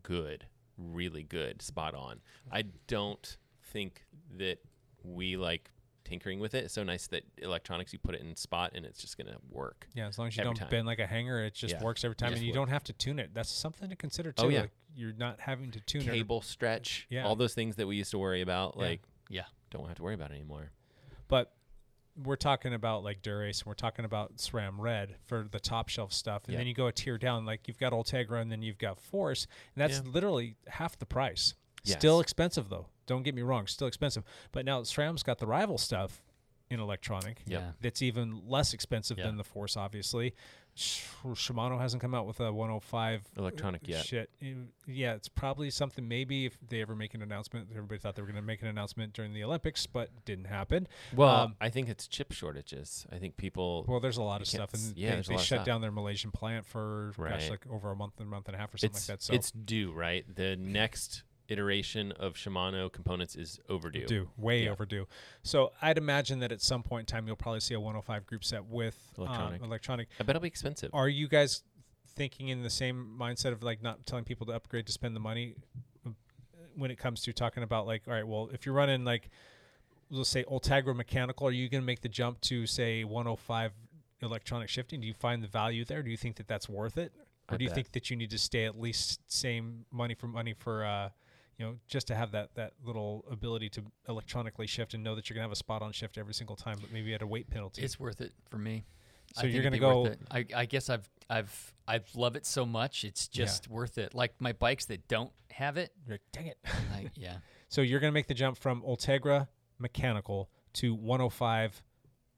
good, really good, spot on. I don't think that we like tinkering with it. It's so nice that electronics, you put it in spot and it's just gonna work. Yeah, as long as you every don't time. bend like a hanger, it just Yeah. works every time, Just and you work. don't have to tune it. That's something to consider too. Oh, yeah. like, you're not having to tune it. Cable stretch, Yeah. all those things that we used to worry about, like Yeah. don't have to worry about anymore. but we're talking about like Durace and we're talking about SRAM Red for the top shelf stuff. And Yeah. then you go a tier down, like you've got Ultegra and then you've got Force, and that's literally half the price. Still Yes. expensive though. Don't get me wrong, still expensive. But now SRAM's got the rival stuff in electronic Yeah. that's even less expensive Yeah. than the Force, obviously. Sh- Shimano hasn't come out with a 105 Electronic yet. Shit. Mm, Yeah, it's probably something. Maybe if they ever make an announcement, everybody thought they were going to make an announcement during the Olympics, but didn't happen. Well, Um, I think it's chip shortages. I think people well, there's a lot of stuff, can't s- and yeah, they, there's a they lot of shut stuff. down their Malaysian plant for gosh, Right. like over a month, a month and a half, or something like that. So it's due, right? The next iteration of Shimano components is overdue. do way Yeah. overdue. So I'd imagine that at some point in time, you'll probably see a 105 group set with um, Electronic. electronic. I bet it'll be expensive. Are you guys thinking in the same mindset of like not telling people to upgrade to spend the money uh, when it comes to talking about like, all right, well, if you're running like, let's say Ultegra mechanical, are you going to make the jump to say 105 electronic shifting? Do you find the value there? Do you think that that's worth it? Or I do you bet. think that you need to stay at least same money for money for, uh, you know, just to have that, that little ability to electronically shift and know that you're gonna have a spot on shift every single time, but maybe at a weight penalty. It's worth it for me. So I think you're it'd gonna be worth it. I, I guess I've I've I love it so much. It's just worth it. Like my bikes that don't have it. You're like, dang it. Like yeah. So you're going to make the jump from Ultegra mechanical to 105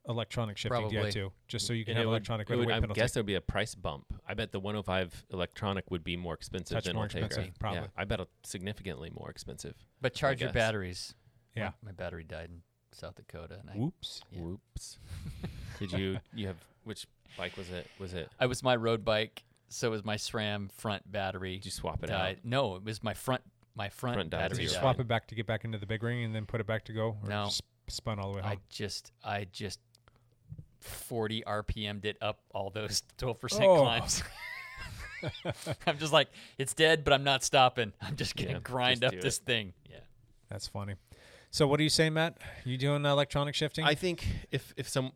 electronic shifting Probably. DI2, just so you can And it have would- electronic it right would- away I penalty. guess there'd be a price bump. I bet the 105 electronic would be more expensive Touch than more Ultegra. expensive, Yeah, probably. I bet a significantly more expensive. But charge your guess. batteries. yeah. My, my battery died in South Dakota, and I, Whoops. Yeah. Whoops. Did you you have which bike was it? Was it I was my road bike, so was my SRAM front battery. Did you swap it died. out? No, it was my front my front, Front died. battery. Did you Yeah. swap died. it back to get back into the big ring and then put it back to go? Or No. just spun all the way home. I just I just 40 RPM'd it up all those 12% Oh. climbs. I'm just like it's dead, but I'm not stopping. I'm just gonna Yeah, grind just up do this it. thing. Yeah. That's funny. So what are you saying, Matt? You doing uh, electronic shifting? I think if if some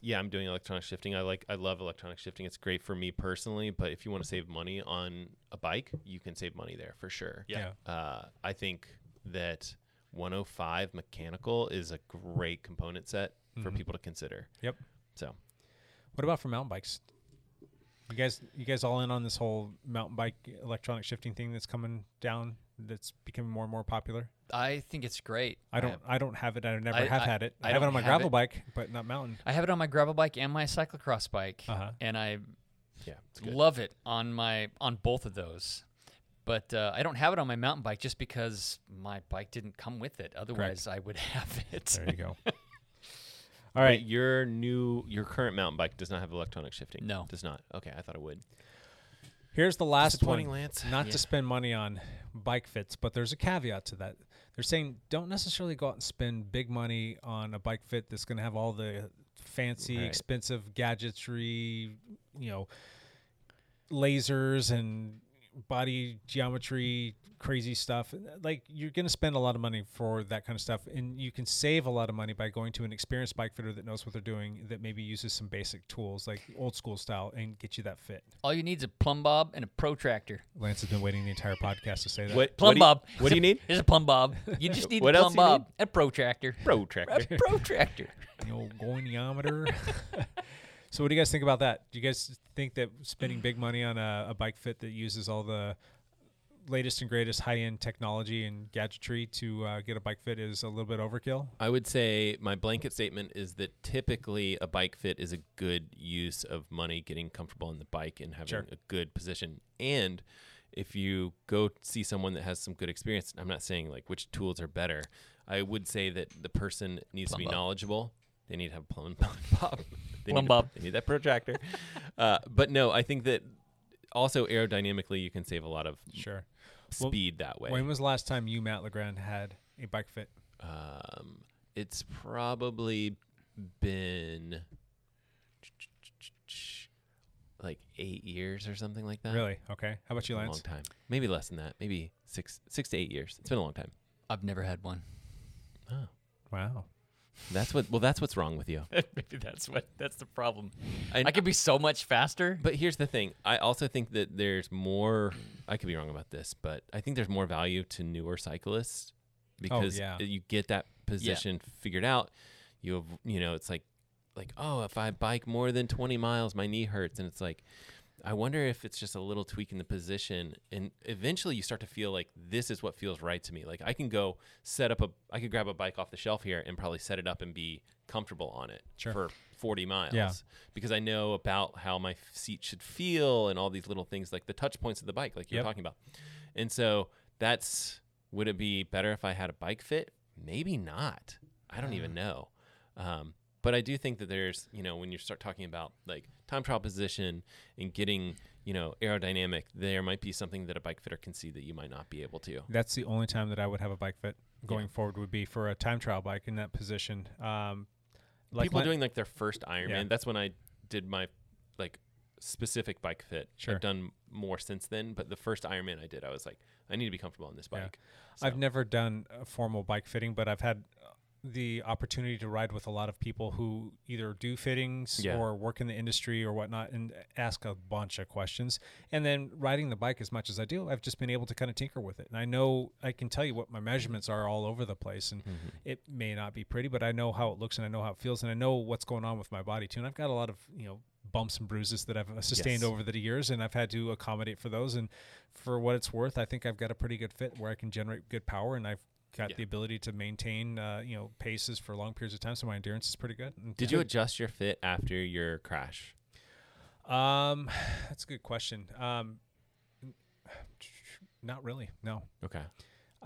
yeah, I'm doing electronic shifting. I like I love electronic shifting. It's great for me personally, but if you want to save money on a bike, you can save money there for sure. Yeah. Uh, I think that 105 Mechanical is a great component set for Mm-hmm. people to consider. Yep. So What about for mountain bikes? You guys, you guys all in on this whole mountain bike electronic shifting thing that's coming down? That's becoming more and more popular. I think it's great. I don't, I don't have it. I never I- have I- had it. I, I have it don't on my have gravel it. bike, but not mountain. I have it on my gravel bike and my cyclocross bike, Uh-huh. and I yeah, it's good. love it on my on both of those. But uh, I don't have it on my mountain bike just because my bike didn't come with it. Otherwise, I would have it. There you go. all But right, your new, your current mountain bike does not have electronic shifting. No. does not. Okay, I thought it would. here's the last one. Disappointing, Lance. Not to spend money on bike fits, but there's a caveat to that. They're saying don't necessarily go out and spend big money on a bike fit that's going to have all the fancy, Right. expensive gadgetry, you know, lasers and body geometry crazy stuff like you're going to spend a lot of money for that kind of stuff and you can save a lot of money by going to an experienced bike fitter that knows what they're doing that maybe uses some basic tools like old school style and get you that fit All you need is a plumb bob and a protractor. lance has been waiting the entire podcast to say that What Plumb what do you- bob. What do you need? There's a plumb bob. You just need What a else plumb you need? bob and a protractor. Pro A tractor. protractor. the old goniometer. so, what do you guys think about that? Do you guys think that spending big money on a, a bike fit that uses all the latest and greatest high end technology and gadgetry to uh, get a bike fit is a little bit overkill? I would say my blanket statement is that typically a bike fit is a good use of money getting comfortable on the bike and having Sure. a good position. And if you go see someone that has some good experience, I'm not saying like which tools are better. I would say that the person needs to be knowledgeable. They need to have a plumb bob. They Plumb need a- bob. They need that protractor. uh, but no, I think that also aerodynamically you can save a lot of Sure. Well, speed that way. When was the last time you, Matt Legrand, had a bike fit? Um, it's probably been like eight years or something like that. Really? Okay. How about you, a long Lance? time. Maybe less than that. Maybe six, six to eight years. It's been a long time. I've never had one. Wow. That's what. Well, that's what's wrong with you. Maybe that's what that's the problem. I- I could be so much faster. But here's the thing. I also think that there's more. I could be wrong about this, but I think there's more value to newer cyclists because yeah. you get that position figured out. You have, you know, it's like, like oh, if I bike more than 20 miles, my knee hurts, and it's like, I wonder if it's just a little tweak in the position, and eventually you start to feel like this is what feels right to me. Like I can go set up a, I could grab a bike off the shelf here and probably set it up and be comfortable on it Sure. for 40 miles Yeah. because I know about how my f- seat should feel and all these little things like the touch points of the bike, like you Yep. were talking about. And so that's would it be better if I had a bike fit? Maybe not. I don't Uh. even know. Um, but I do think that there's, you know, when you start talking about like time trial position and getting, you know, aerodynamic, there might be something that a bike fitter can see that you might not be able to. That's the only time that I would have a bike fit going forward would be for a time trial bike in that position. Um, like people Lan- doing like their first Ironman. Yeah. That's when I did my like specific bike fit. Sure. I've done more since then, but the first Ironman I did, I was like, I need to be comfortable on this Yeah. bike. I've So- never done a formal bike fitting, but I've had uh, the opportunity to ride with a lot of people who either do fittings Yeah. or work in the industry or whatnot and ask a bunch of questions. And then riding the bike as much as I do, I've just been able to kind of tinker with it. And I know I can tell you what my measurements are all over the place. And Mm-hmm. it may not be pretty, but I know how it looks and I know how it feels and I know what's going on with my body too. And I've got a lot of, you know, bumps and bruises that I've uh, sustained Yes. over the years, and I've had to accommodate for those. And for what it's worth, I think I've got a pretty good fit where I can generate good power, and I've got the ability to maintain, uh, you know, paces for long periods of time. So my endurance is pretty good. And Did you adjust your fit after your crash? Um, that's a good question. Um, not really. No, Okay.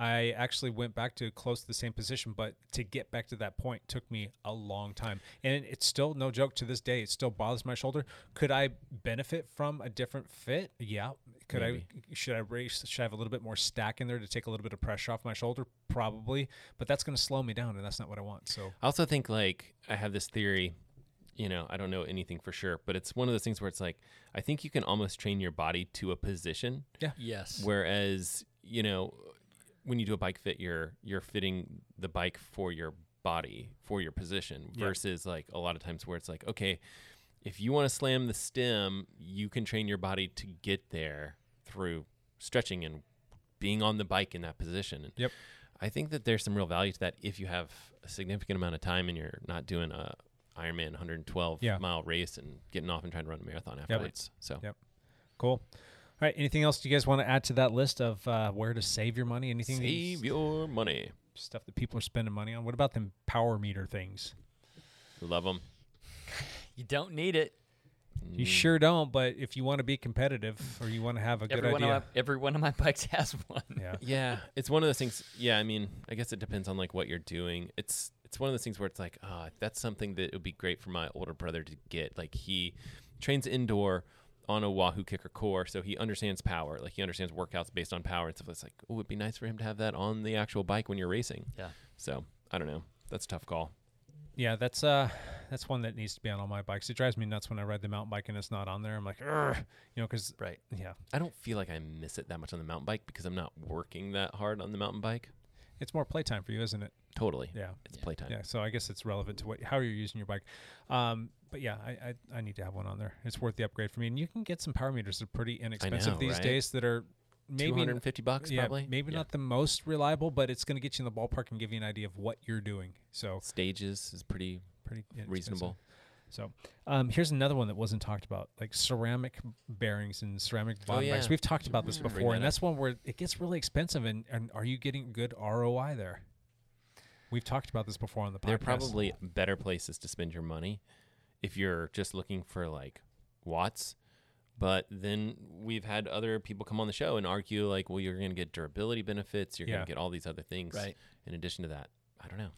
I actually went back to close to the same position, but to get back to that point took me a long time. And it's still no joke to this day. It still bothers my shoulder. Could I benefit from a different fit? Yeah. Could I should I race should I have a little bit more stack in there to take a little bit of pressure off my shoulder? Probably. But that's gonna slow me down and that's not what I want. So I also think like I have this theory, you know, I don't know anything for sure, but it's one of those things where it's like I think you can almost train your body to a position. Yes. Whereas, you know, when you do a bike fit, you're you're fitting the bike for your body, for your position, versus like a lot of times where it's like, okay, if you want to slam the stem, you can train your body to get there through stretching and being on the bike in that position. And Yep. I think that there's some real value to that if you have a significant amount of time and you're not doing a Ironman 112 Yeah. mile race and getting off and trying to run a marathon afterwards. So Yep. Cool. All right. Anything else you guys want to add to that list of uh, where to save your money? Anything that you- save your money. stuff that people are spending money on? What about them power meter things? Love them. You don't need it. You Mm. sure don't. But if you want to be competitive or you want to have a good Every one, of idea, my, every one of my bikes has one. yeah. Yeah, it's one of those things. Yeah, I mean, I guess it depends on like what you're doing. It's it's one of those things where it's like, ah, that's something that it would be great for my older brother to get. Like he trains indoor on a Wahoo kicker core, so he understands power. Like he understands workouts based on power and stuff. It's like, oh, it'd be nice for him to have that on the actual bike when you're racing. Yeah. So I don't know. That's a tough call. Yeah, that's uh, that's one that needs to be on all my bikes. It drives me nuts when I ride the mountain bike and it's not on there. I'm like, Ugh, you know, because Right. yeah, I don't feel like I miss it that much on the mountain bike because I'm not working that hard on the mountain bike. it's more playtime for you, isn't it? Totally. Yeah. It's playtime. Yeah, so I guess it's relevant to what how you're using your bike. Um, but yeah, I, I I need to have one on there. It's worth the upgrade for me. And you can get some power meters that are pretty inexpensive know, these right? days that are maybe 250 bucks yeah, probably. Maybe Yeah. not the most reliable, but it's going to get you in the ballpark and give you an idea of what you're doing. So Stages is pretty pretty inexpensive. reasonable. So um, here's another one that wasn't talked about, like ceramic bearings and ceramic bottom Oh, yeah. bags. We've talked about this Bring before, that and up. that's one where it gets really expensive. And, and are you getting good ROI there? We've talked about this before on the podcast. They're probably better places to spend your money if you're just looking for like watts. But then we've had other people come on the show and argue like, well, you're going to get durability benefits, you're Yeah. going to get all these other things Right. in addition to that. I don't know.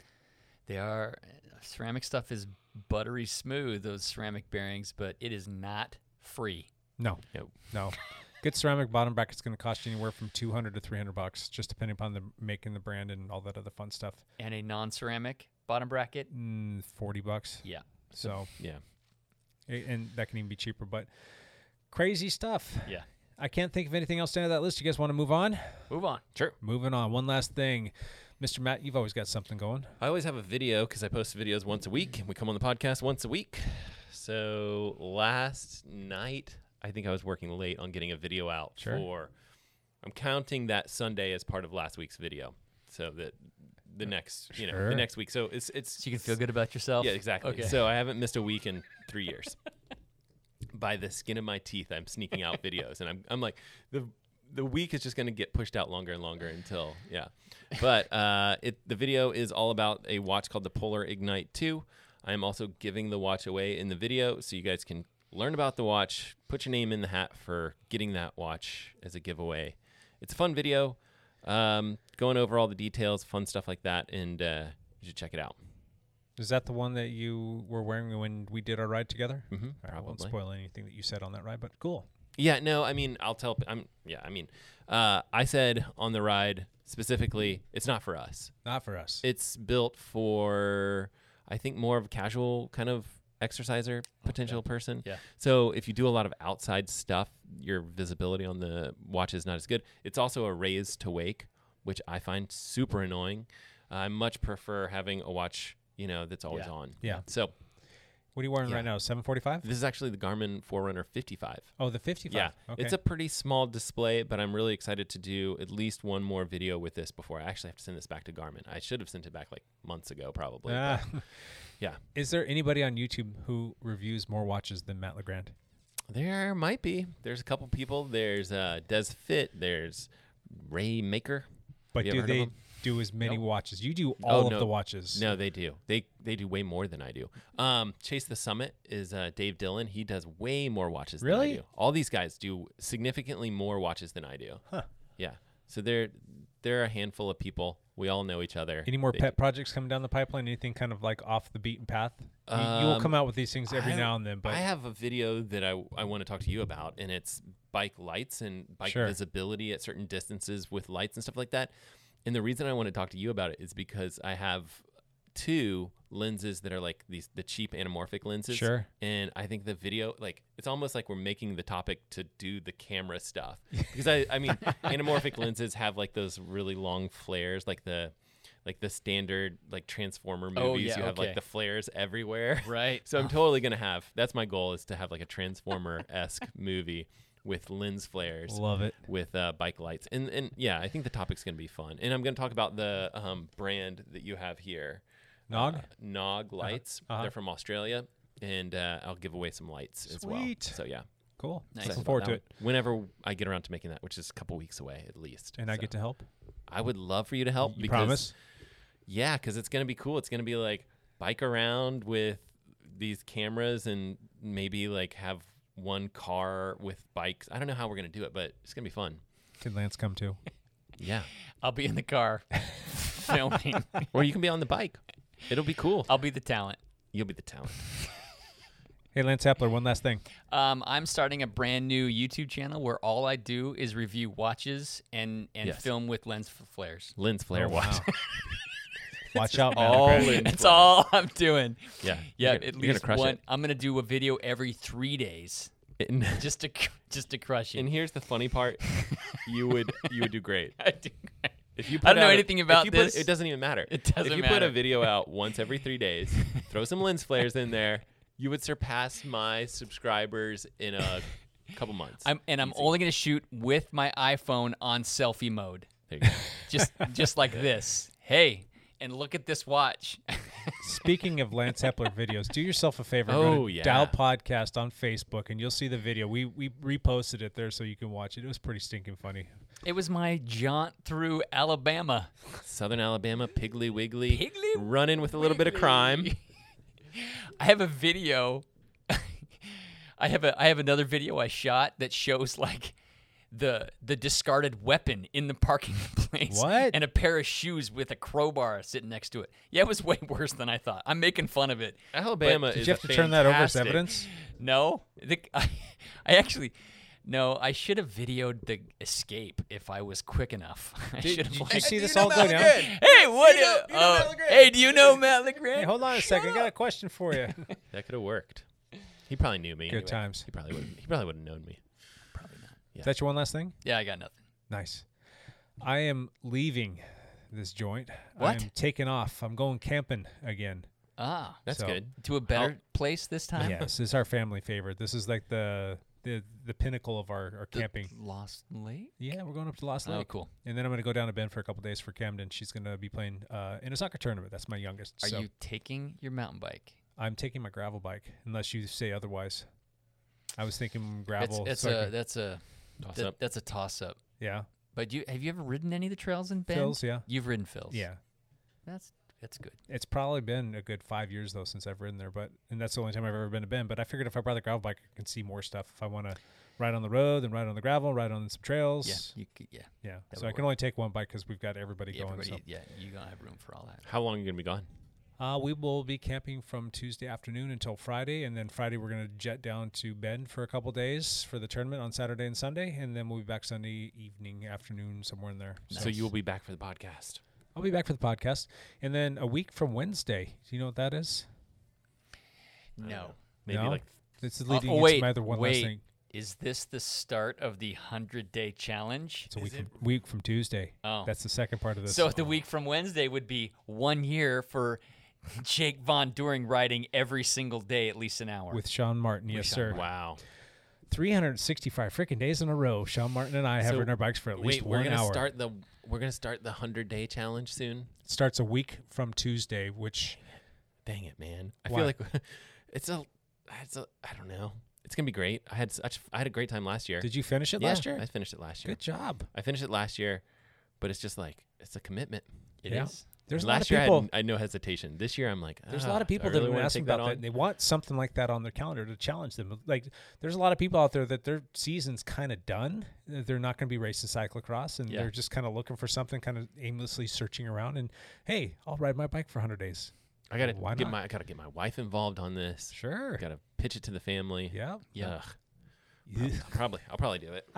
They are ceramic stuff is buttery smooth those ceramic bearings, but it is not free. no, Nope. no. Good ceramic bottom bracket is going to cost you anywhere from 200 to 300 bucks, just depending upon the make and the brand and all that other fun stuff. And a non-ceramic bottom bracket, Mm, 40 bucks. yeah, So, Yeah. a- and that can even be cheaper, but crazy stuff. yeah. I can't think of anything else to add to that list. You guys want to move on? Move on. Sure. Moving on. One last thing. Mr. Matt, you've always got something going. I always have a video because I post videos once a week and we come on the podcast once a week. So last night, I think I was working late on getting a video out Sure. for. I'm counting that Sunday as part of last week's video, so that the next, you know, Sure. the next week. So it's it's So you can feel good about yourself. Yeah, exactly. Okay. So I haven't missed a week in three years. By the skin of my teeth, I'm sneaking out videos, and I'm I'm like the the week is just going to get pushed out longer and longer until yeah. But uh, it the video is all about a watch called the Polar Ignite Two. I am also giving the watch away in the video, so you guys can learn about the watch, put your name in the hat for getting that watch as a giveaway. It's a fun video, um, going over all the details, fun stuff like that, and uh, you should check it out. Is that the one that you were wearing when we did our ride together? Mm-hmm, I won't probably. spoil anything that you said on that ride, but cool. Yeah, no, I mean, I'll tell. I'm yeah, I mean, uh, I said on the ride specifically, it's not for us. Not for us. It's built for, I think, more of a casual kind of exerciser potential person. Yeah. So if you do a lot of outside stuff, your visibility on the watch is not as good. It's also a raise to wake, which I find super annoying. I much prefer having a watch, you know, that's always Yeah. on. Yeah. So what are you wearing yeah. right now? 745? this is actually the Garmin Forerunner 55. Oh, the 55. Yeah, Okay. it's a pretty small display, but I'm really excited to do at least one more video with this before I actually have to send this back to Garmin. I should have sent it back like months ago, probably. but Ah. yeah, Is there anybody on YouTube who reviews more watches than Matt LeGrand? there might be. There's a couple people. There's uh, Des Fit. There's Ray Maker. But You do ever heard of they him? do as many watches? You do all Oh, of no. the watches. No, they do. They they do way more than I do. Um, Chase the Summit is uh, Dave Dillon. He does way more watches Really? than I do. All these guys do significantly more watches than I do. Huh. Yeah. So they're they're a handful of people. We all know each other. Any more They pet projects coming down the pipeline? Anything kind of like off the beaten path? You- you will Um, come out with these things every I- now and then, but I have a video that I, I want to talk to you about, and it's bike lights and bike Sure. visibility at certain distances with lights and stuff like that. And the reason I want to talk to you about it is because I have two lenses that are like these the cheap anamorphic lenses. Sure. And I think the video like it's almost like we're making the topic to do the camera stuff. Because I I mean anamorphic lenses have like those really long flares like the like the standard like transformer movies Oh, yeah, you have okay. like the flares everywhere. Right. So I'm totally gonna have. That's my goal is to have like a Transformer esque movie with lens flares, Love it. with uh, bike lights, and and yeah, I think the topic's going to be fun. And I'm going to talk about the um, brand that you have here, Nog? uh, Uh-huh. Nog Lights. They're from Australia, and uh, I'll give away some lights as well. Sweet. So yeah, Cool. Nice. Looking excited about forward that to one. it. Whenever I get around to making that, which is a couple weeks away at least, And I So get to help. I would love for you to help. You because promise? yeah, because it's gonna be cool. It's gonna be like bike around with these cameras and maybe like have one car with bikes. I don't know how we're gonna do it, but it's gonna be fun. Can Lance come too? Yeah, I'll be in the car filming. or you can be on the bike. It'll be cool. I'll be the talent. You'll be the talent. Hey, Lance Hepler, one last thing. Um, I'm starting a brand new YouTube channel where all I do is review watches and, and Yes. film with lens f- flares. Lens flare Oh, watch. wow. Watch out, man. All Okay. in. That's all I'm doing. Yeah, Yeah, You're gonna- at you're gonna least crush one. it. I'm gonna do a video every three days And, just to cr- just to crush it. and here's the funny part: you would you would do great. I do- If you I don't know out a- anything if about you put- this. it doesn't even matter. It doesn't If you put matter. a video out once every three days, throw some lens flares in there, you would surpass my subscribers in a couple months. I'm and I'm only gonna shoot with my iPhone on selfie mode, there you go. just just like this. Hey, and look at this watch. Speaking of Lance Hepler videos, do yourself a favor. go Oh, to yeah. Dow Podcast on Facebook, and you'll see the video. We we reposted it there so you can watch it. It was pretty stinking funny. it was my jaunt through Alabama. Southern Alabama, Piggly Wiggly, Piggly running with a little bit of crime. I have a video. I have a I have another video I shot that shows like the the discarded weapon in the parking place. What? And a pair of shoes with a crowbar sitting next to it. Yeah, it was way worse than I thought. I'm making fun of it. Alabama Did is you a have to turn that over as fantastic- evidence? No, the, I, I actually. No, I should have videoed the escape if I was quick enough. I should Did have. you like- see this all go down? hey, what? uh, uh, hey, do you know Matt Hey, LeGrand? hold on a second. I got a question for you. That could have worked. He probably knew me. Good anyway. times. He probably would. He probably would have known me. Is that your one last thing? Yeah, I got nothing. Nice. I am leaving this joint. What? I'm taking off. I'm going camping again. Ah, That's So- good. to a better place this time. Yeah, this is our family favorite. This is like the the, the pinnacle of our, our camping. Lost Lake. Yeah, we're going up to Lost Oh, Lake. cool. And then I'm going to go down to Bend for a couple days for Camden. She's going to be playing uh, in a soccer tournament. That's my youngest. Are so you taking your mountain bike? I'm taking my gravel bike, unless you say otherwise. I was thinking gravel. That's, that's so I a can- that's a Toss that- up. that's a toss up. yeah, But you have you ever ridden any of the trails in Bend? Phil's. Yeah, You've ridden Phil's. yeah. That's that's good. It's probably been a good five years though since I've ridden there, but and that's the only time I've ever been to Bend. But I figured if I brought the gravel bike, I can see more stuff. If I want to ride on the road, then ride on the gravel, ride on some trails. Yeah. You could, yeah. Yeah. That So would I can only take one bike because we've got everybody Yeah, going. everybody, so. yeah, you're gonna have room for all that. How long are you gonna be gone? Uh, we will be camping from Tuesday afternoon until Friday, and then Friday we're going to jet down to Bend for a couple days for the tournament on Saturday and Sunday, and then we'll be back Sunday evening, afternoon, somewhere in there. So you will be back for the podcast. I'll be back for the podcast, and then a week from Wednesday. Do you know what that is? No. Uh, Maybe no? like this is Oh, leading oh, into wait, my other one wait. last thing. Is this the start of the hundred day challenge? It's a week from, week from Tuesday. Oh. that's the second part of this. So the week from Wednesday would be one year for Jake Von During riding every single day at least an hour. with Sean Martin, yes sir. wow. 365 freaking days in a row. Sean Martin and I have So, ridden our bikes for at least Wait, one we're gonna hour. start the we're gonna start the hundred day challenge soon. Starts a week from Tuesday, which Dang it, man! I Why? feel like it's a it's a I don't know. It's gonna be great. I had such I had a great time last year. did you finish it Yeah, last year? I finished it last year. Good job. I finished it last year, but it's just like it's a commitment. It yeah. is. There's last a year lot of people. I, had, I had no hesitation. This year I'm like there's a "Ah, lot of do I people really that have been wanna asking take about that, and on?" they want something like that on their calendar to challenge them. Like, there's a lot of people out there that their season's kind of done. They're not going to be racing cyclocross, and Yeah. they're just kind of looking for something, kind of aimlessly searching around. And hey, I'll ride my bike for 100 days. I gotta Why get not? my I gotta get my wife involved on this. Sure. Gotta pitch it to the family. Yeah. Yeah. Ugh. I'll probably I'll probably do it.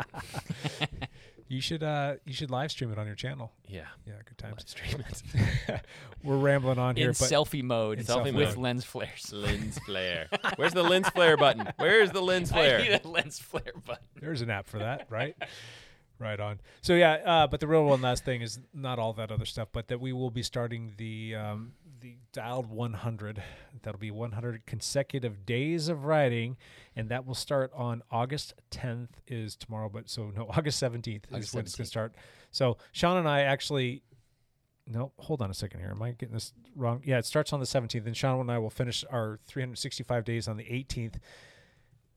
You should uh you should live stream it on your channel. Yeah. Yeah, good times. Live stream it. We're rambling on in here, but selfie mode In selfie with mode. lens flares. lens flare. Where's the lens flare button? Where's the lens I flare? need a lens flare button. There's an app for that, right? right on. So yeah, uh, but the real one last thing is not all that other stuff, but that we will be starting the um, the dialed 100. That'll be 100 consecutive days of riding, and that will start on August 10th is tomorrow, but so no, August 17th is August when it's going to 17th. start. So Sean and I actually. No, hold on a second here. Am I getting this wrong? Yeah, it starts on the 17th, and Sean and I will finish our 365 days on the 18th.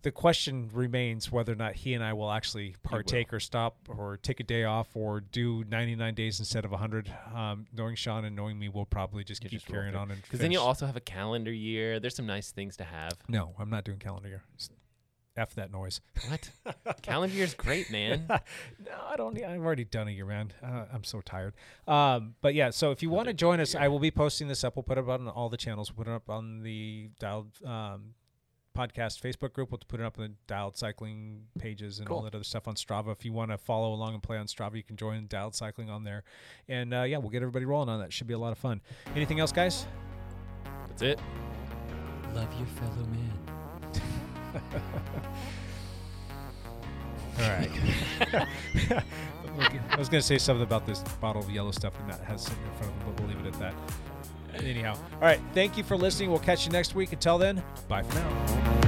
The question remains whether or not he and I will actually partake or stop or take a day off or do 99 days instead of 100. Um, knowing Sean and knowing me, we'll probably just keep carrying on and Because then you'll finish. also have a calendar year. There's some nice things to have. No, I'm not doing calendar year. S- F that noise. What? calendar year's great, man. No, I don't. need- I've already done a year, man. Uh, I'm so tired. Um, but yeah, so if you want to join us, I will be posting this up. We'll put it up on all the channels. We'll put it up on the dialed um, podcast Facebook group. We'll put it up on the dialed cycling pages and all that other stuff on Strava. If you want to follow along and play on Strava, you can join dialed cycling on there. And uh, yeah, we'll get everybody rolling on that. Should be a lot of fun. Anything else, guys? That's it. Love your fellow man. All right. I was going to say something about this bottle of yellow stuff and that has sitting in front of them, but we'll leave it at that. Anyhow, all right. Thank you for listening. We'll catch you next week. Until then, bye for now.